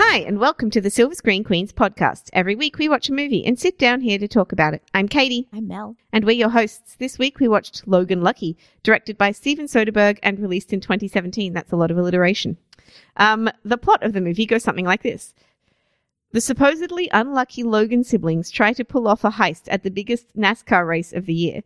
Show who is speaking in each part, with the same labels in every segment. Speaker 1: Hi, and welcome to the Silver Screen Queens podcast. Every week we watch a movie and sit down here to talk about it. I'm Katie,
Speaker 2: I'm Mel.
Speaker 1: and we're your hosts. This week we watched Logan Lucky, directed by Steven Soderbergh and released in 2017. That's a lot of alliteration. Um, the plot of the movie goes something like this. The supposedly unlucky Logan siblings try to pull off a heist at the biggest NASCAR race of the year.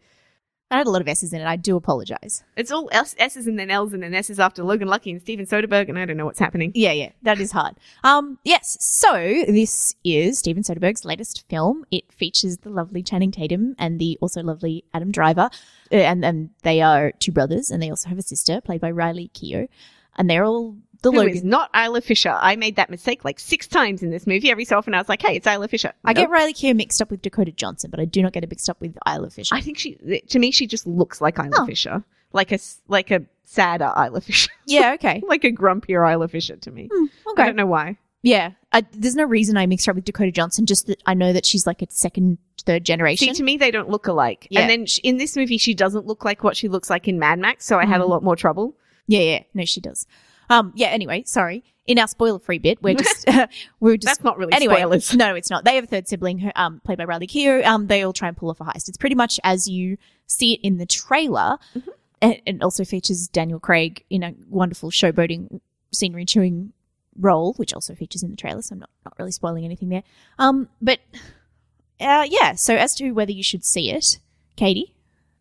Speaker 2: I had a lot of S's in it. I do apologize.
Speaker 1: It's all S- S's and then L's and then S's after Logan Lucky and Steven Soderbergh, and I don't know what's happening.
Speaker 2: Yeah, yeah, that is hard. Um, yes. So this is Steven Soderbergh's latest film. It features the lovely Channing Tatum and the also lovely Adam Driver, Uh, and and they are two brothers, and they also have a sister played by Riley Keough, and they're all the
Speaker 1: Who
Speaker 2: Logan.
Speaker 1: is not Isla Fisher. I made that mistake like six times in this movie. Every so often I was like, hey, it's Isla Fisher.
Speaker 2: I get
Speaker 1: Nope.
Speaker 2: Riley Keough mixed up with Dakota Johnson, but I do not get it mixed up with Isla Fisher.
Speaker 1: I think she, to me, she just looks like Isla
Speaker 2: Oh.
Speaker 1: Fisher. Like a, s- like a sadder Isla Fisher.
Speaker 2: yeah, okay.
Speaker 1: like a grumpier Isla Fisher to me.
Speaker 2: Hmm,
Speaker 1: I
Speaker 2: okay.
Speaker 1: don't know why.
Speaker 2: Yeah, I, there's no reason I mixed her up with Dakota Johnson. Just that I know that she's like a second, third
Speaker 1: See,
Speaker 2: generation.
Speaker 1: to me, they don't look alike.
Speaker 2: Yeah.
Speaker 1: And then sh in this movie, she doesn't look like what she looks like in Mad Max, so I had a
Speaker 2: Mhm.
Speaker 1: lot more trouble.
Speaker 2: Yeah, yeah. No, she does. Um, yeah. Anyway, sorry. In our spoiler-free bit, we're just we're just
Speaker 1: That's not really
Speaker 2: anyway.
Speaker 1: spoilers.
Speaker 2: No, it's not. They have a third sibling, who, um, played by Riley Keough. Um, they all try and pull off a heist. It's pretty much as you see it in the trailer,
Speaker 1: Mhm.
Speaker 2: and it also features Daniel Craig in a wonderful showboating, scenery chewing role, which also features in the trailer. So I'm not not really spoiling anything there. Um, but uh, yeah. So as to whether you should see it, Katie,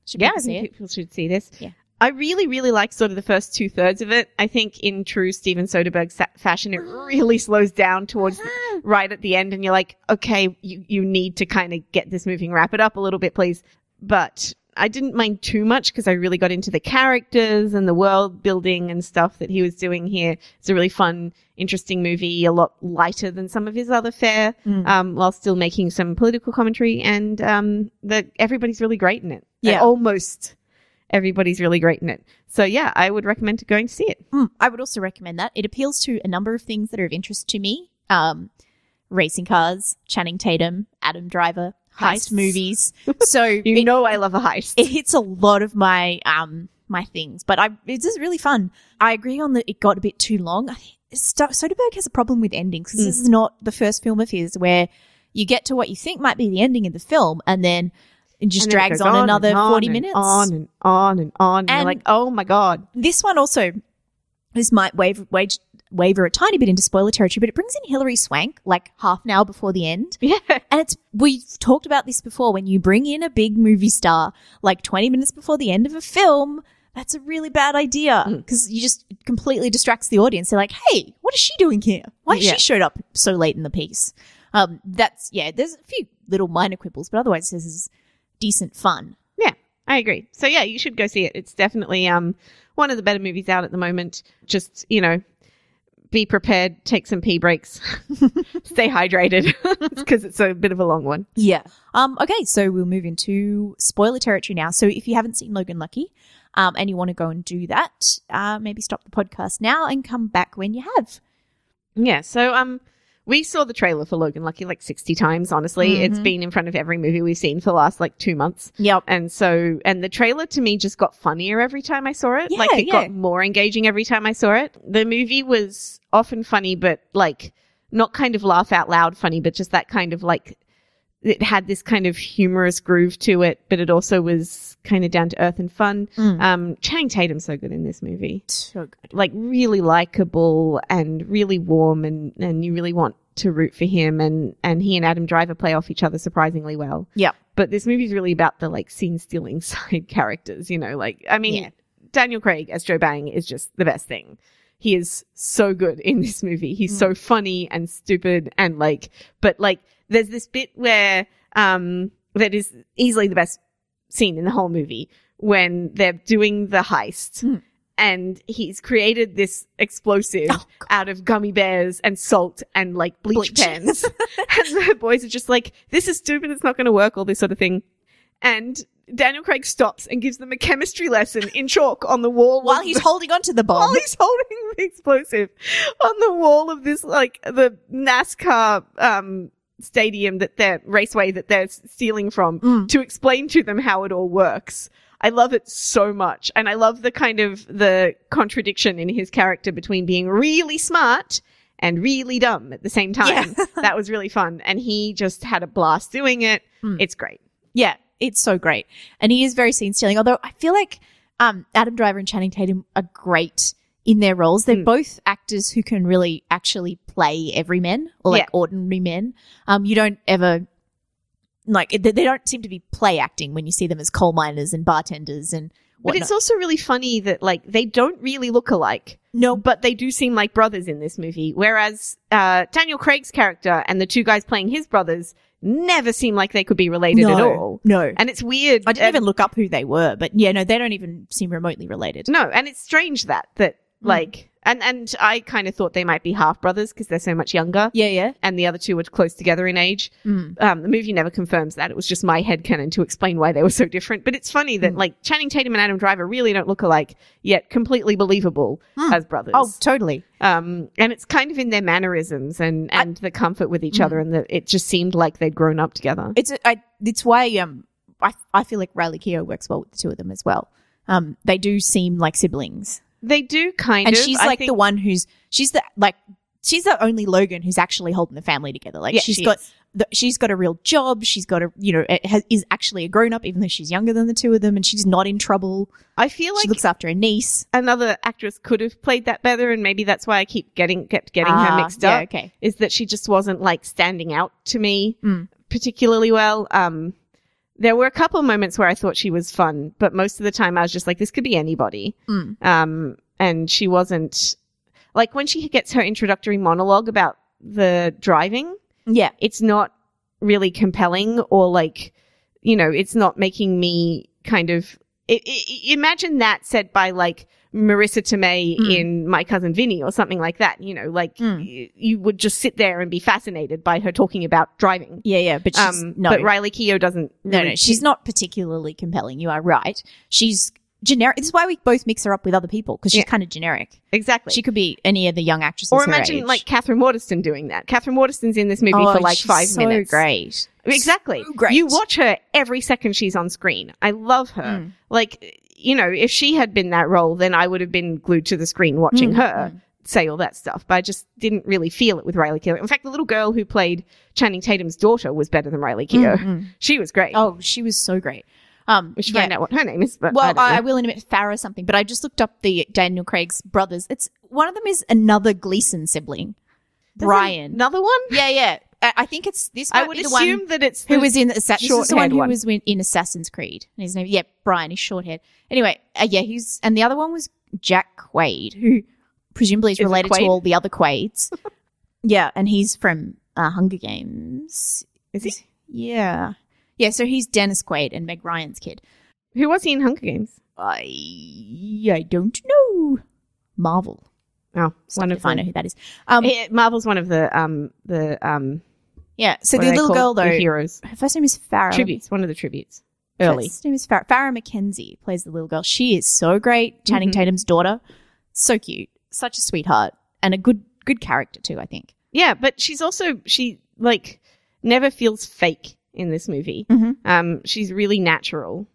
Speaker 2: should
Speaker 1: Yeah,
Speaker 2: people
Speaker 1: I
Speaker 2: see
Speaker 1: think
Speaker 2: it?
Speaker 1: people should see this.
Speaker 2: Yeah.
Speaker 1: I really, really like sort of the first two thirds of it. I think in true Steven Soderbergh sa- fashion, it really slows down towards the-
Speaker 2: Uh-huh.
Speaker 1: right at the end, and you're like, okay, you, you need to kind of get this moving. Wrap it up a little bit, please. But I didn't mind too much because I really got into the characters and the world building and stuff that he was doing here. It's a really fun, interesting movie, a lot lighter than some of his other fare,
Speaker 2: Mm.
Speaker 1: um, while still making some political commentary. And um, the, everybody's really great in it.
Speaker 2: Yeah.
Speaker 1: Uh, almost everybody's really great in it. So yeah, I would recommend going to see it.
Speaker 2: Mm, I would also recommend that. It appeals to a number of things that are of interest to me um, racing cars, Channing Tatum, Adam Driver, heist
Speaker 1: Heists.
Speaker 2: movies. So
Speaker 1: You
Speaker 2: it,
Speaker 1: know I love a heist.
Speaker 2: it hits a lot of my um, my things, but I it's just really fun. I agree on that it got a bit too long. I think Sto- Soderbergh has a problem with endings
Speaker 1: Hmm.
Speaker 2: 'cause this is not the first film of his where you get to what you think might be the ending of the film and then it just
Speaker 1: And then it
Speaker 2: drags
Speaker 1: goes
Speaker 2: on, another
Speaker 1: and on
Speaker 2: 40
Speaker 1: and
Speaker 2: minutes.
Speaker 1: On and on and on. And, you're
Speaker 2: And-
Speaker 1: like, oh my God.
Speaker 2: this one also this might wave, wage, waver a tiny bit into spoiler territory, but it brings in Hilary Swank like half an hour before the end.
Speaker 1: Yeah.
Speaker 2: And it's we've talked about this before. When you bring in a big movie star like twenty minutes before the end of a film, that's a really bad idea
Speaker 1: Mm.
Speaker 2: because you just it completely distracts the audience. They're like, "Hey, what is she doing here? Why has
Speaker 1: Yeah.
Speaker 2: she showed up so late in the piece?" Um, that's yeah. There's a few little minor quibbles, but otherwise this is decent fun.
Speaker 1: I agree. So yeah, you should go see it. It's definitely um one of the better movies out at the moment. Just, you know, be prepared, take some pee breaks, stay hydrated because it's a bit of a long one.
Speaker 2: Yeah. Um, okay, so we'll move into spoiler territory now. So if you haven't seen Logan Lucky um, and you want to go and do that, uh, maybe stop the podcast now and come back when you have.
Speaker 1: Yeah. So, um, we saw the trailer for Logan Lucky like 60 times, honestly. It's
Speaker 2: Mhm.
Speaker 1: been in front of every movie we've seen for the last like two months.
Speaker 2: Yep.
Speaker 1: And so, and the trailer to me just got funnier every time I saw it.
Speaker 2: Yeah,
Speaker 1: like it
Speaker 2: yeah.
Speaker 1: got more engaging every time I saw it. The movie was often funny, but like not kind of laugh out loud funny, but just that kind of like, it had this kind of humorous groove to it, but it also was kind of down to earth and fun.
Speaker 2: Mm.
Speaker 1: Um, Channing Tatum's so good in this movie
Speaker 2: So good.
Speaker 1: like really likable and really warm and and you really want to root for him and and he and Adam Driver play off each other surprisingly well.
Speaker 2: Yep.
Speaker 1: But this movie's really about the like scene stealing side characters, you know, like I mean
Speaker 2: Yeah.
Speaker 1: Daniel Craig as Joe Bang is just the best thing. He is so good in this movie. He's
Speaker 2: Mm.
Speaker 1: so funny and stupid and like but like there's this bit where um that is easily the best scene in the whole movie when they're doing the heist
Speaker 2: Hmm.
Speaker 1: and he's created this explosive
Speaker 2: Oh, God.
Speaker 1: out of gummy bears and salt and like bleach,
Speaker 2: Bleach.
Speaker 1: pens. and the boys are just like, this is stupid, it's not going to work, all this sort of thing. And Daniel Craig stops and gives them a chemistry lesson in chalk on the wall
Speaker 2: While
Speaker 1: of-
Speaker 2: he's holding on to the
Speaker 1: while
Speaker 2: bomb.
Speaker 1: he's holding the explosive on the wall of this like the NASCAR um stadium that they're raceway that they're s- stealing from
Speaker 2: Mm.
Speaker 1: to explain to them how it all works. I love it so much. And I love the kind of the contradiction in his character between being really smart and really dumb at the same time.
Speaker 2: Yeah.
Speaker 1: that was really fun. And he just had a blast doing it.
Speaker 2: Hmm.
Speaker 1: It's great.
Speaker 2: Yeah, it's so great. And he is very scene stealing, although I feel like um, Adam Driver and Channing Tatum are great in their roles. They're
Speaker 1: Mm.
Speaker 2: both actors who can really actually play everyman or like
Speaker 1: Yeah.
Speaker 2: ordinary men. Um, you don't ever like they they don't seem to be play acting when you see them as coal miners and bartenders and
Speaker 1: But
Speaker 2: whatnot.
Speaker 1: it's also really funny that like they don't really look alike.
Speaker 2: no,
Speaker 1: but they do seem like brothers in this movie. Whereas uh, Daniel Craig's character and the two guys playing his brothers never seem like they could be related
Speaker 2: no,
Speaker 1: at all.
Speaker 2: No,
Speaker 1: And it's weird.
Speaker 2: I didn't
Speaker 1: and-
Speaker 2: even look up who they were, but yeah, no, they don't even seem remotely related.
Speaker 1: no, and it's strange that that
Speaker 2: Hmm.
Speaker 1: like and and I kind of thought they might be half brothers because they're so much younger.
Speaker 2: Yeah, yeah.
Speaker 1: And the other two were close together in age.
Speaker 2: Mm.
Speaker 1: Um, the movie never confirms that. It was just my headcanon to explain why they were so different. But it's funny that,
Speaker 2: Hmm.
Speaker 1: like, Channing Tatum and Adam Driver really don't look alike, yet completely believable
Speaker 2: Hmm.
Speaker 1: as brothers.
Speaker 2: Oh, totally.
Speaker 1: um, and it's kind of in their mannerisms and and the comfort with
Speaker 2: Mm.
Speaker 1: each other, and that it just seemed like they'd grown up together.
Speaker 2: It's a, I, it's why um I, I feel like Riley Keough works well with the two of them as well. Um, they do seem like siblings,
Speaker 1: They do kind
Speaker 2: and
Speaker 1: of.
Speaker 2: she's
Speaker 1: I
Speaker 2: like the
Speaker 1: think-
Speaker 2: one who's she's the like she's the only Logan who's actually holding the family together. Like
Speaker 1: Yeah,
Speaker 2: she's
Speaker 1: she
Speaker 2: got
Speaker 1: is.
Speaker 2: the, she's got a real job. She's got a you know it has, is actually a grown up, even though she's younger than the two of them, and she's not in trouble.
Speaker 1: I feel
Speaker 2: she
Speaker 1: like
Speaker 2: looks after her niece.
Speaker 1: another actress could have played that better, and maybe that's why I keep getting kept getting
Speaker 2: Ah,
Speaker 1: her mixed
Speaker 2: yeah,
Speaker 1: up.
Speaker 2: okay.
Speaker 1: Is that she just wasn't like standing out to me
Speaker 2: Mm.
Speaker 1: particularly well. Um, there were a couple of moments where I thought she was fun, but most of the time I was just like, this could be anybody.
Speaker 2: Mm.
Speaker 1: Um, and she wasn't like when she gets her introductory monologue about the driving.
Speaker 2: Yeah.
Speaker 1: it's not really compelling or like you know it's not making me kind of i i imagine that said by like marissa tomei
Speaker 2: Mm.
Speaker 1: in my cousin vinny or something like that you know like
Speaker 2: Mm.
Speaker 1: y- you would just sit there and be fascinated by her talking about driving
Speaker 2: Yeah, yeah, but she's
Speaker 1: um
Speaker 2: no,
Speaker 1: but riley keough doesn't
Speaker 2: no,
Speaker 1: really-
Speaker 2: no, she's not particularly compelling. You are right. She's generic. This is why we both mix her up with other people because she's
Speaker 1: Yeah.
Speaker 2: kind of generic.
Speaker 1: exactly
Speaker 2: She could be any of the young actresses.
Speaker 1: or
Speaker 2: her
Speaker 1: imagine
Speaker 2: age.
Speaker 1: like Catherine Waterston doing that. Catherine Waterston's in this movie
Speaker 2: Oh,
Speaker 1: for like
Speaker 2: she's
Speaker 1: five
Speaker 2: so
Speaker 1: minutes.
Speaker 2: Great.
Speaker 1: Exactly.
Speaker 2: So great.
Speaker 1: You watch her every second she's on screen. I love her.
Speaker 2: Mm.
Speaker 1: Like, you know, if she had been that role, then I would have been glued to the screen watching
Speaker 2: Mm,
Speaker 1: her say all that stuff. But I just didn't really feel it with Riley Keough. In fact, the little girl who played Channing Tatum's daughter was better than Riley Keough.
Speaker 2: Mm, mm.
Speaker 1: She was great.
Speaker 2: Oh, she was so great. Um,
Speaker 1: we should
Speaker 2: yeah.
Speaker 1: find out what her name is. But I
Speaker 2: Well,
Speaker 1: don't know.
Speaker 2: I, I will in a minute, Farrah something, but I just looked up the Daniel Craig's brothers. It's one of them is another Gleason sibling,
Speaker 1: There's
Speaker 2: Brian.
Speaker 1: Another one?
Speaker 2: yeah, yeah. I, I think it's this.
Speaker 1: I
Speaker 2: might
Speaker 1: would
Speaker 2: be the
Speaker 1: assume
Speaker 2: one
Speaker 1: that it's
Speaker 2: who
Speaker 1: the-
Speaker 2: was in Assa- this is the one
Speaker 1: short-haired
Speaker 2: who
Speaker 1: one.
Speaker 2: was in, in Assassin's Creed. And his name, yeah, Brian. He's short haired. Anyway, uh, yeah, he's and the other one was Jack Quaid, who presumably is,
Speaker 1: Is it
Speaker 2: related to
Speaker 1: Quaid?
Speaker 2: all the other Quaids. yeah, and he's from uh, Hunger Games.
Speaker 1: Is he?
Speaker 2: Yeah, yeah. So he's Dennis Quaid and Meg Ryan's kid.
Speaker 1: Who was he in Hunger Games?
Speaker 2: I I don't know. Marvel.
Speaker 1: Oh,
Speaker 2: Still
Speaker 1: one
Speaker 2: have
Speaker 1: of
Speaker 2: to find out
Speaker 1: them.
Speaker 2: who that is. Um,
Speaker 1: Eh, Marvel's one of the um the um.
Speaker 2: yeah. So
Speaker 1: what
Speaker 2: the
Speaker 1: are they
Speaker 2: little
Speaker 1: called?
Speaker 2: girl though,
Speaker 1: the heroes
Speaker 2: her first name is Farrah.
Speaker 1: tributes. One of the tributes. Early.
Speaker 2: First name is Farrah. Farrah McKenzie plays the little girl. She is so great. Channing
Speaker 1: Mhm.
Speaker 2: Tatum's daughter. So cute. Such a sweetheart and a good good character too. I think.
Speaker 1: Yeah, but she's also she like never feels fake in this movie.
Speaker 2: Mhm.
Speaker 1: Um, she's really natural,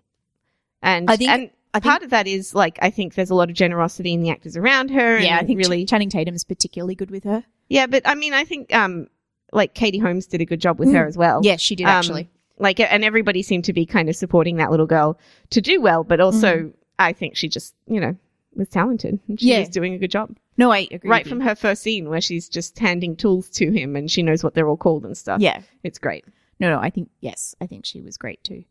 Speaker 1: and
Speaker 2: I think-
Speaker 1: and
Speaker 2: I think-
Speaker 1: part of that is like I think there's a lot of generosity in the actors around her.
Speaker 2: Yeah,
Speaker 1: and
Speaker 2: I think
Speaker 1: really.
Speaker 2: really Channing Tatum is particularly good with her.
Speaker 1: yeah, but I mean, I think um, like Katie Holmes did a good job with her
Speaker 2: Mm.
Speaker 1: as well.
Speaker 2: Yeah, she did
Speaker 1: Um,
Speaker 2: actually.
Speaker 1: Like, and everybody seemed to be kind of supporting that little girl to do well, but also I think she just you know was talented. and She
Speaker 2: Mm-hmm. Yeah.
Speaker 1: was doing a good job
Speaker 2: no, I agree.
Speaker 1: right
Speaker 2: with
Speaker 1: from
Speaker 2: you.
Speaker 1: her first scene where she's just handing tools to him and she knows what they're all called and stuff.
Speaker 2: Yeah.
Speaker 1: it's great.
Speaker 2: No, no, I think yes, I think she was great too.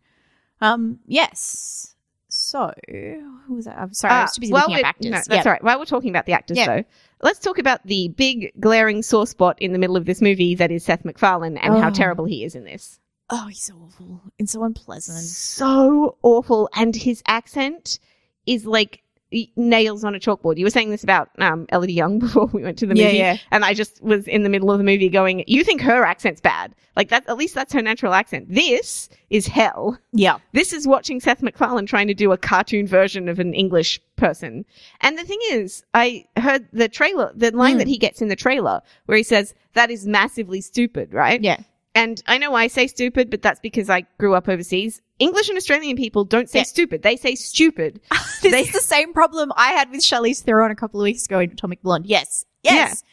Speaker 2: Um, yes. So who was that? I'm sorry, I was
Speaker 1: Uh,
Speaker 2: too busy
Speaker 1: while
Speaker 2: looking
Speaker 1: we're-
Speaker 2: up actors.
Speaker 1: no, that's
Speaker 2: Yeah.
Speaker 1: all right. While we're talking about the actors,
Speaker 2: Yeah.
Speaker 1: though, let's talk about the big glaring sore spot in the middle of this movie that is Seth MacFarlane and how
Speaker 2: Oh.
Speaker 1: terrible he is in this.
Speaker 2: Oh, he's so awful and so unpleasant.
Speaker 1: So awful, and his accent is like y- nails on a chalkboard. You were saying this about um, Elodie Young before we went to the
Speaker 2: Yeah,
Speaker 1: movie,
Speaker 2: yeah.
Speaker 1: and I just was in the middle of the movie going, "You think her accent's bad? Like that? At least that's her natural accent. This is hell."
Speaker 2: Yeah.
Speaker 1: This is watching Seth MacFarlane trying to do a cartoon version of an English person. And the thing is, I heard the trailer, the line
Speaker 2: Hmm.
Speaker 1: that he gets in the trailer where he says, that is massively stupid, right?
Speaker 2: Yeah.
Speaker 1: And I know I say stupid, but that's because I grew up overseas. English and Australian people don't say
Speaker 2: Yeah.
Speaker 1: stupid. They say stupid.
Speaker 2: This
Speaker 1: They-
Speaker 2: is the same problem I had with Charlize Theron a couple of weeks ago in Atomic Blonde. Yes. Yes.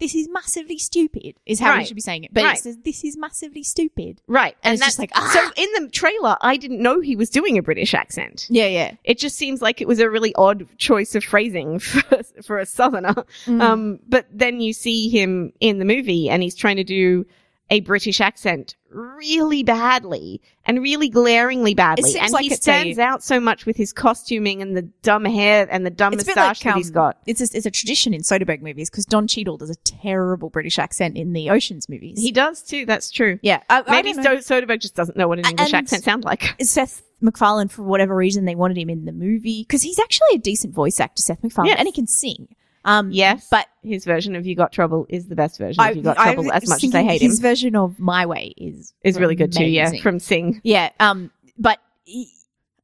Speaker 2: this is massively stupid, is how we
Speaker 1: Right.
Speaker 2: should be saying it. But
Speaker 1: Right.
Speaker 2: it says, this is massively stupid.
Speaker 1: Right. And,
Speaker 2: And, it's
Speaker 1: that's
Speaker 2: just like, ah!
Speaker 1: so in the trailer, I didn't know he was doing a British accent.
Speaker 2: yeah, yeah.
Speaker 1: It just seems like it was a really odd choice of phrasing for, for a southerner.
Speaker 2: Mm.
Speaker 1: Um, but then you see him in the movie and he's trying to do a British accent really badly and really glaringly badly.
Speaker 2: seems
Speaker 1: and
Speaker 2: like
Speaker 1: he
Speaker 2: it's
Speaker 1: stands
Speaker 2: a-
Speaker 1: out so much with his costuming and the dumb hair and the dumb
Speaker 2: It's a bit
Speaker 1: moustache
Speaker 2: like,
Speaker 1: that he's
Speaker 2: um,
Speaker 1: got.
Speaker 2: it's a, it's a tradition in Soderbergh movies because Don Cheadle does a terrible British accent in the Ocean's movies.
Speaker 1: He does too. That's true.
Speaker 2: yeah, I, I
Speaker 1: Maybe
Speaker 2: don't know.
Speaker 1: Sto- Soderbergh just doesn't know what an
Speaker 2: A-
Speaker 1: English
Speaker 2: and-
Speaker 1: accent sounds like.
Speaker 2: Seth MacFarlane, for whatever reason, they wanted him in the movie because he's actually a decent voice actor, Seth MacFarlane,
Speaker 1: Yes.
Speaker 2: and he can sing. Um,
Speaker 1: Yes,
Speaker 2: but
Speaker 1: his version of "You Got Trouble" is the best version
Speaker 2: I,
Speaker 1: of "You Got
Speaker 2: I
Speaker 1: Trouble."
Speaker 2: was
Speaker 1: As much as I
Speaker 2: thinking
Speaker 1: hate him,
Speaker 2: his version of My Way is
Speaker 1: is really good too. Yeah,
Speaker 2: amazing.
Speaker 1: from Sing.
Speaker 2: yeah. Um, but he,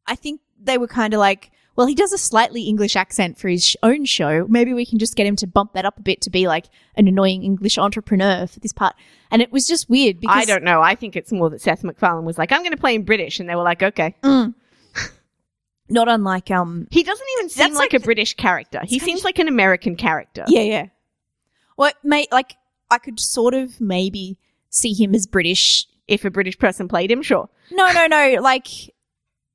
Speaker 2: I think they were kind of like, well, he does a slightly English accent for his sh- own show. Maybe we can just get him to bump that up a bit to be like an annoying English entrepreneur for this part. And it was just weird because
Speaker 1: I don't know. I think it's more that Seth MacFarlane was like, "I'm going to play in British," and they were like, "Okay."
Speaker 2: Mm. Not unlike um
Speaker 1: He doesn't even seem
Speaker 2: That's
Speaker 1: like,
Speaker 2: like
Speaker 1: a British character. He
Speaker 2: It's kind
Speaker 1: seems
Speaker 2: of-
Speaker 1: like an American character.
Speaker 2: Yeah, yeah. Well, mate, like I could sort of maybe see him as British.
Speaker 1: If a British person played him, sure.
Speaker 2: No, no, no. Like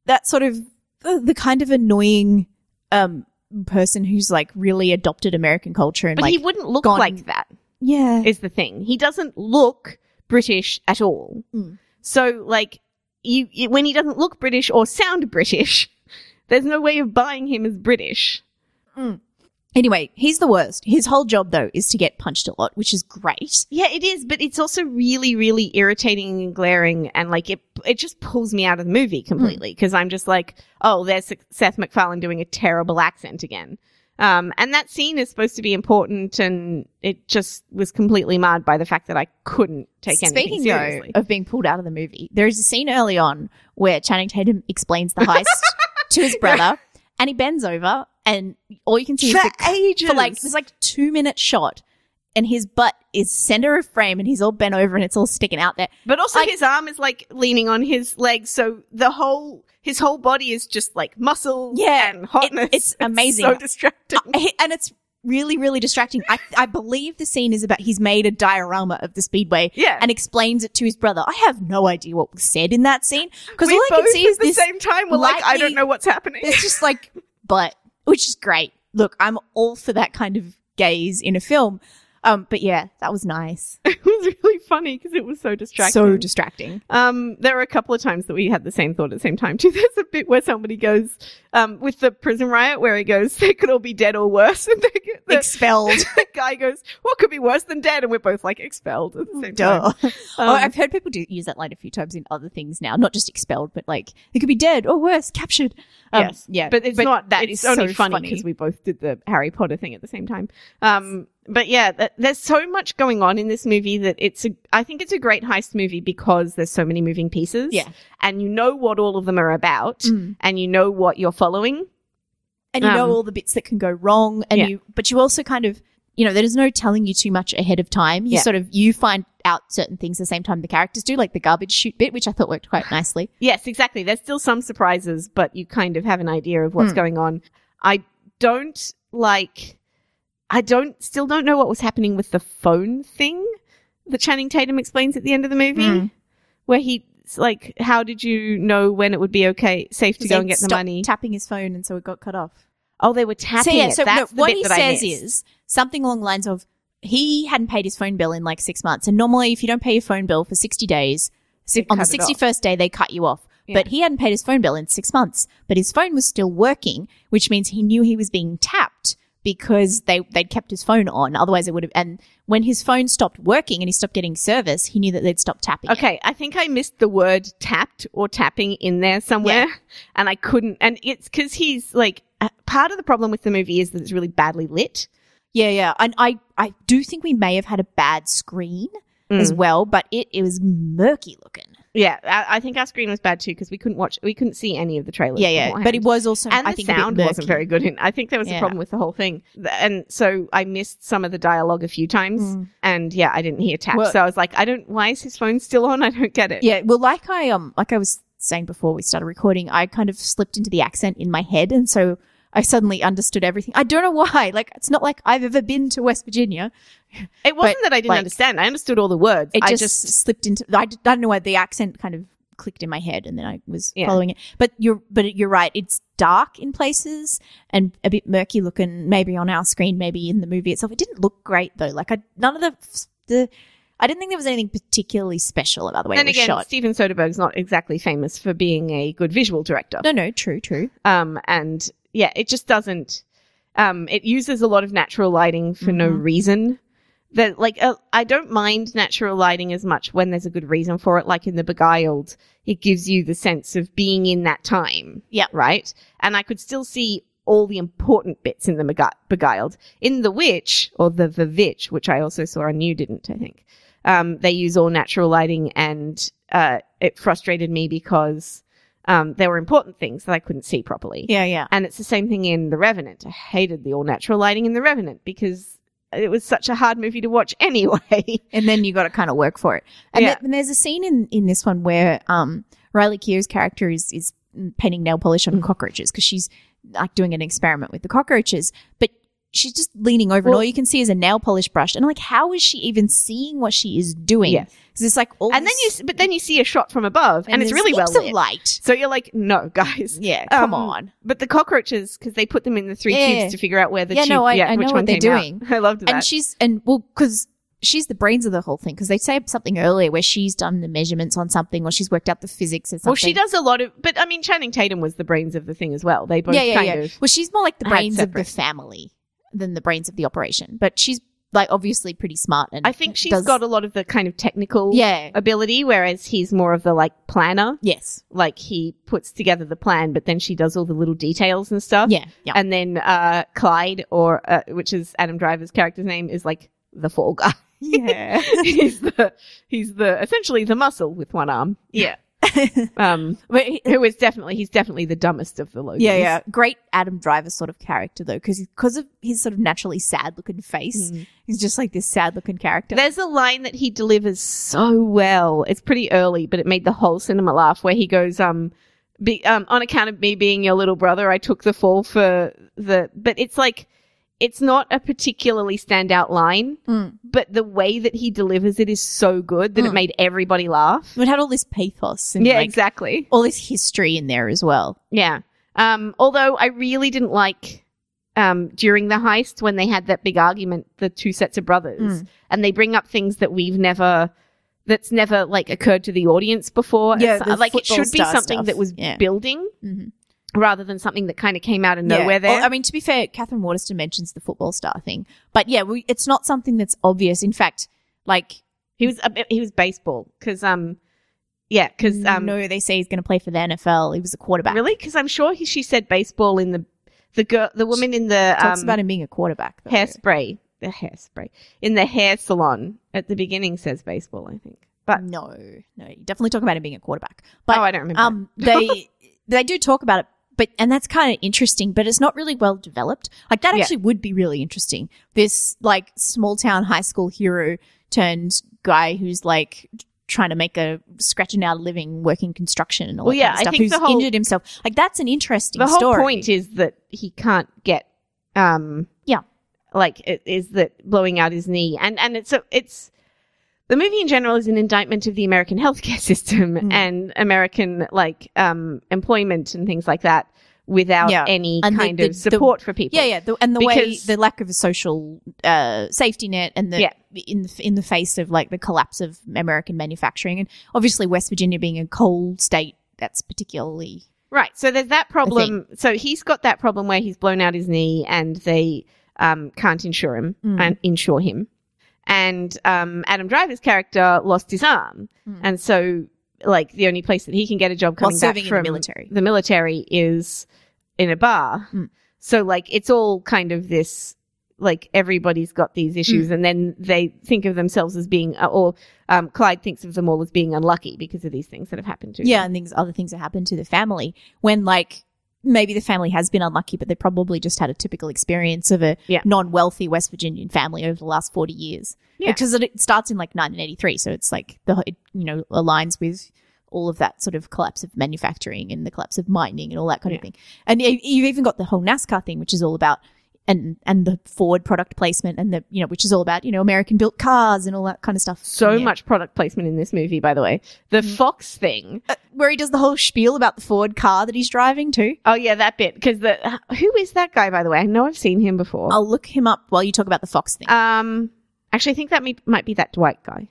Speaker 2: that sort of the, the kind of annoying um person who's like really adopted American culture and
Speaker 1: But
Speaker 2: like
Speaker 1: he wouldn't look
Speaker 2: gone-
Speaker 1: like that.
Speaker 2: yeah.
Speaker 1: Is the thing. He doesn't look British at all.
Speaker 2: Mm.
Speaker 1: So like you, you when he doesn't look British or sound British, there's no way of buying him as British.
Speaker 2: Anyway, he's the worst. His whole job though is to get punched a lot, which is great.
Speaker 1: Yeah, it is, but it's also really, really irritating and glaring, and like it, it just pulls me out of the movie completely
Speaker 2: Hmm.
Speaker 1: because I'm just like, oh, there's Seth MacFarlane doing a terrible accent again, um, and that scene is supposed to be important, and it just was completely marred by the fact that I couldn't take anything
Speaker 2: Speaking
Speaker 1: seriously.
Speaker 2: though of being pulled out of the movie, there is a scene early on where Channing Tatum explains the heist to his brother, and he bends over, and all you can see is the
Speaker 1: ages,
Speaker 2: for like it was like two minute shot, and his butt is center of frame, and he's all bent over, and it's all sticking out there.
Speaker 1: but also
Speaker 2: like-
Speaker 1: his arm is like leaning on his leg, so the whole his whole body is just like muscle,
Speaker 2: Yeah,
Speaker 1: and hotness.
Speaker 2: it's amazing.
Speaker 1: so distracting.
Speaker 2: I- and it's really really distracting. I I believe the scene is about he's made a diorama of the speedway.
Speaker 1: yeah,
Speaker 2: And explains it to his brother. I have no idea what was said in that scene because all
Speaker 1: we
Speaker 2: I
Speaker 1: both
Speaker 2: can see
Speaker 1: at
Speaker 2: is
Speaker 1: the
Speaker 2: this.
Speaker 1: same time we're like, I
Speaker 2: lightly-
Speaker 1: don't know what's happening.
Speaker 2: It's just like butt, which is great. Look, I'm all for that kind of gaze in a film. Um, but yeah, that was nice.
Speaker 1: it was really funny because it was so distracting.
Speaker 2: So distracting.
Speaker 1: um, there were a couple of times that we had the same thought at the same time too. There's a bit where somebody goes, um, with the prison riot where he goes, they could all be dead or worse. And they, the,
Speaker 2: Expelled.
Speaker 1: the guy goes, what could be worse than dead? And we're both like expelled at the same time.
Speaker 2: Duh.
Speaker 1: Um,
Speaker 2: oh, I've heard people do use that line a few times in other things now, not just expelled, but like they could be dead or worse, captured. Um,
Speaker 1: Yes.
Speaker 2: yeah,
Speaker 1: Um, but it's not that. It's,
Speaker 2: it's
Speaker 1: only
Speaker 2: so
Speaker 1: funny
Speaker 2: funny.
Speaker 1: because we both did the Harry Potter thing at the same time. Um, but yeah, th- there's so much going on in this movie that it's. A, I think it's a great heist movie because there's so many moving pieces.
Speaker 2: Yeah.
Speaker 1: and you know what all of them are about,
Speaker 2: Mm.
Speaker 1: and you know what you're following.
Speaker 2: and you know
Speaker 1: Um,
Speaker 2: all the bits that can go wrong, and
Speaker 1: Yeah.
Speaker 2: you, but you also kind of, you know, there's no telling you too much ahead of time. You
Speaker 1: Yeah.
Speaker 2: sort of you find out certain things the same time the characters do, like the garbage shoot bit, which I thought worked quite nicely.
Speaker 1: Yes, exactly. There's still some surprises, but you kind of have an idea of what's
Speaker 2: Mm.
Speaker 1: going on. I don't like. I don't still don't know what was happening with the phone thing that Channing Tatum explains at the end of the movie,
Speaker 2: Mm.
Speaker 1: where he's like, "How did you know when it would be okay, safe to go and get the
Speaker 2: Stopped
Speaker 1: money?"
Speaker 2: tapping his phone, and so it got cut off.
Speaker 1: oh, they were tapping
Speaker 2: so yeah,
Speaker 1: it.
Speaker 2: so
Speaker 1: That's
Speaker 2: no,
Speaker 1: the
Speaker 2: what
Speaker 1: bit
Speaker 2: he
Speaker 1: that I
Speaker 2: says
Speaker 1: missed.
Speaker 2: is something along the lines of he hadn't paid his phone bill in like six months, and normally if you don't pay your phone bill for sixty days, si-
Speaker 1: They
Speaker 2: on
Speaker 1: cut it
Speaker 2: the
Speaker 1: off.
Speaker 2: sixty first day they cut you off.
Speaker 1: Yeah.
Speaker 2: But he hadn't paid his phone bill in six months, but his phone was still working, which means he knew he was being tapped because they they'd kept his phone on. Otherwise, it would have. And when his phone stopped working and he stopped getting service, he knew that they'd stopped tapping. it.
Speaker 1: Okay, I think I missed the word tapped or tapping in there somewhere, and I couldn't. And it's because he's like, uh, part of the problem with the movie is that it's really badly lit.
Speaker 2: Yeah, yeah. And I, I do think we may have had a bad screen
Speaker 1: Mm.
Speaker 2: as well, but it, it was murky looking.
Speaker 1: Yeah, I, I think our screen was bad too because we couldn't watch, we couldn't see any of the trailers.
Speaker 2: Yeah, yeah. But it
Speaker 1: beforehand.
Speaker 2: was also,
Speaker 1: and
Speaker 2: I
Speaker 1: the
Speaker 2: think, a bit
Speaker 1: sound wasn't
Speaker 2: murky.
Speaker 1: very good. In I think there was
Speaker 2: Yeah.
Speaker 1: a problem with the whole thing, Th- and so I missed some of the dialogue a few times. And yeah, I didn't hear tap,
Speaker 2: Hmm. Well-
Speaker 1: so I was like, I don't. Why is his phone still on? I don't get it.
Speaker 2: Yeah, well, like I um, like I was saying before we started recording, I kind of slipped into the accent in my head, and so I suddenly understood everything. I don't know why. Like, it's not like I've ever been to West Virginia.
Speaker 1: It wasn't that I didn't
Speaker 2: like-
Speaker 1: understand. I understood all the words.
Speaker 2: It
Speaker 1: I
Speaker 2: just, slipped into. I, d- I don't know why the accent kind of clicked in my head, and then I was
Speaker 1: Yeah.
Speaker 2: following it. But you're, but you're right. It's dark in places and a bit murky looking. Maybe on our screen, maybe in the movie itself. It didn't look great though. Like, I none of the the. I didn't think there was anything particularly special about the way
Speaker 1: and
Speaker 2: it was
Speaker 1: again,
Speaker 2: shot.
Speaker 1: Steven Soderbergh's not exactly famous for being a good visual director.
Speaker 2: No, no, true, true.
Speaker 1: Um, and yeah, it just doesn't. Um, it uses a lot of natural lighting for no
Speaker 2: Mhm.
Speaker 1: reason. That like uh, I don't mind natural lighting as much when there's a good reason for it. Like in The Beguiled, it gives you the sense of being in that time.
Speaker 2: Yep.
Speaker 1: Right. And I could still see all the important bits in The Begui- Beguiled. In The Witch or The The Witch, which I also saw and you didn't, I think. Um, they use all natural lighting, and uh, it frustrated me because um, there were important things that I couldn't see properly.
Speaker 2: Yeah, yeah.
Speaker 1: And it's the same thing in The Revenant. I hated the all natural lighting in The Revenant because it was such a hard movie to watch anyway.
Speaker 2: and then you got to kind of work for it. And,
Speaker 1: Yeah.
Speaker 2: th- and there's a scene in in this one where um Riley Keough's character is is painting nail polish
Speaker 1: Mm.
Speaker 2: on cockroaches because she's like doing an experiment with the cockroaches, but she's just leaning over and
Speaker 1: Well-
Speaker 2: all you can see is a nail polish brush. And I'm like, how is she even seeing what she is doing?
Speaker 1: Yes.
Speaker 2: Because it's like all
Speaker 1: and then
Speaker 2: this-
Speaker 1: you, s- but then you see a shot from above, and, it's
Speaker 2: there's
Speaker 1: really well
Speaker 2: heaps of
Speaker 1: lit.
Speaker 2: light.
Speaker 1: So you're like, no, guys.
Speaker 2: Yeah, come
Speaker 1: Um,
Speaker 2: on.
Speaker 1: But the cockroaches, because they put them in the three
Speaker 2: Yeah.
Speaker 1: tubes to figure out where the
Speaker 2: Yeah,
Speaker 1: tube,
Speaker 2: no, I-
Speaker 1: yeah,
Speaker 2: I
Speaker 1: which
Speaker 2: know what
Speaker 1: one
Speaker 2: they're
Speaker 1: came out.
Speaker 2: doing.
Speaker 1: I loved that.
Speaker 2: And she's and well because she's the brains of the whole thing because they say something earlier where she's done the measurements on something or she's worked out the physics of something.
Speaker 1: well, she does a lot of, but I mean, Channing Tatum was the brains of the thing as well. They both
Speaker 2: yeah, yeah,
Speaker 1: kind
Speaker 2: yeah.
Speaker 1: of
Speaker 2: well, she's more like the
Speaker 1: had
Speaker 2: brains of the
Speaker 1: separate-
Speaker 2: family than the brains of the operation, but she's like obviously pretty smart and
Speaker 1: I think she's
Speaker 2: does-
Speaker 1: got a lot of the kind of technical
Speaker 2: yeah,
Speaker 1: ability, whereas he's more of the like planner.
Speaker 2: yes,
Speaker 1: Like he puts together the plan, but then she does all the little details and stuff.
Speaker 2: yeah, yeah.
Speaker 1: And then uh, Clyde, or uh, which is Adam Driver's character's name, is like the fall guy.
Speaker 2: yeah.
Speaker 1: he's the he's the essentially the muscle with one arm. Yeah. um.
Speaker 2: But he-
Speaker 1: Who is definitely he's definitely the dumbest of the Logans.
Speaker 2: yeah, yeah. Great Adam Driver sort of character though, because because of his sort of naturally sad looking face,
Speaker 1: Mm.
Speaker 2: he's just like this sad looking character.
Speaker 1: There's a line that he delivers so well. It's pretty early, but it made the whole cinema laugh. Where he goes, um, be, um, on account of me being your little brother, I took the fall for the. But it's like, it's not a particularly standout line,
Speaker 2: Mm.
Speaker 1: but the way that he delivers it is so good that it
Speaker 2: Mm.
Speaker 1: made everybody laugh.
Speaker 2: It had all this pathos and
Speaker 1: yeah,
Speaker 2: like,
Speaker 1: exactly.
Speaker 2: all this history in there as well.
Speaker 1: Yeah. Um, although I really didn't like um, during the heist when they had that big argument, the two sets of brothers,
Speaker 2: Hmm.
Speaker 1: and they bring up things that we've never, that's never like occurred to the audience before.
Speaker 2: Yeah,
Speaker 1: It's- uh,
Speaker 2: the
Speaker 1: like it
Speaker 2: football
Speaker 1: should be
Speaker 2: star
Speaker 1: something
Speaker 2: stuff.
Speaker 1: that was
Speaker 2: Yeah.
Speaker 1: building
Speaker 2: Mm-hmm.
Speaker 1: rather than something that kind of came out of nowhere. There,
Speaker 2: Well, um, I mean, to be fair, Catherine Waterston mentions the football star thing, but yeah, we, it's not something that's obvious. In fact, like
Speaker 1: he was a bit- he was baseball because um, yeah, because um,
Speaker 2: no, they say he's going to play for the NFL. He was a quarterback.
Speaker 1: really because I'm sure he, she said baseball in the the girl the woman in the
Speaker 2: Talks
Speaker 1: um,
Speaker 2: about him being a quarterback. Though.
Speaker 1: hairspray, the hairspray in the hair salon at the beginning says baseball, I think. But
Speaker 2: No, no, you definitely talk about him being a quarterback. But
Speaker 1: oh, I don't remember.
Speaker 2: um, they they do talk about it, but and that's kind of interesting. But it's not really well developed. Like that
Speaker 1: Yeah.
Speaker 2: actually would be really interesting. This like small town high school hero turned guy who's like trying to make a scratching out a living working construction and all
Speaker 1: Well,
Speaker 2: that
Speaker 1: yeah,
Speaker 2: kind
Speaker 1: I
Speaker 2: of stuff
Speaker 1: think
Speaker 2: who's
Speaker 1: the whole-
Speaker 2: injured himself like that's an interesting
Speaker 1: the whole
Speaker 2: story
Speaker 1: point is that he can't get um
Speaker 2: Yeah.
Speaker 1: like it is that blowing out his knee and and it's a, it's the movie in general is an indictment of the American healthcare system
Speaker 2: Mm.
Speaker 1: and American like um employment and things like that without
Speaker 2: Yeah.
Speaker 1: any
Speaker 2: And the-
Speaker 1: kind
Speaker 2: the-
Speaker 1: of
Speaker 2: the-
Speaker 1: support for people.
Speaker 2: Yeah, yeah, the, and the way
Speaker 1: Because-
Speaker 2: the lack of a social uh, safety net, and the
Speaker 1: Yeah.
Speaker 2: in the in the face of like the collapse of American manufacturing, and obviously West Virginia being a coal state, that's particularly
Speaker 1: Right. So there's that problem. So he's got that problem where he's blown out his knee and they um, can't insure him
Speaker 2: Mm.
Speaker 1: and insure him. And um, Adam Driver's character lost his arm,
Speaker 2: Mm.
Speaker 1: and so like the only place that he can get a job
Speaker 2: While
Speaker 1: coming back
Speaker 2: serving in the
Speaker 1: from
Speaker 2: military.
Speaker 1: the military is in a bar.
Speaker 2: Mm.
Speaker 1: So like it's all kind of this like everybody's got
Speaker 2: Hmm.
Speaker 1: these issues, and then they think of themselves as being, or um, Clyde thinks of them all as being unlucky because of these things that have happened to them.
Speaker 2: yeah, and things other things that happen to the family when like maybe the family has been unlucky, but they probably just had a typical experience of a
Speaker 1: Yeah.
Speaker 2: non-wealthy West Virginian family over the last forty years.
Speaker 1: Yeah.
Speaker 2: because it, it starts in like 1983, so it's like the it, you know aligns with all of that sort of collapse of manufacturing and the collapse of mining and all that kind of
Speaker 1: Yeah.
Speaker 2: thing. And e, you- you've even got the whole NASCAR thing, which is all about and and the Ford product placement and the you know which is all about you know American built cars and all that kind of stuff.
Speaker 1: So
Speaker 2: Yeah. Mm.
Speaker 1: much product placement in this movie, by the way. The Fox thing.
Speaker 2: Uh, where he does the whole spiel about the Ford car that he's driving too.
Speaker 1: Oh yeah, that bit. Because the who is that guy, by the way? I know I've seen him before.
Speaker 2: I'll look him up while you talk about the Fox thing.
Speaker 1: Um, actually, I think that may, might be that Dwight guy.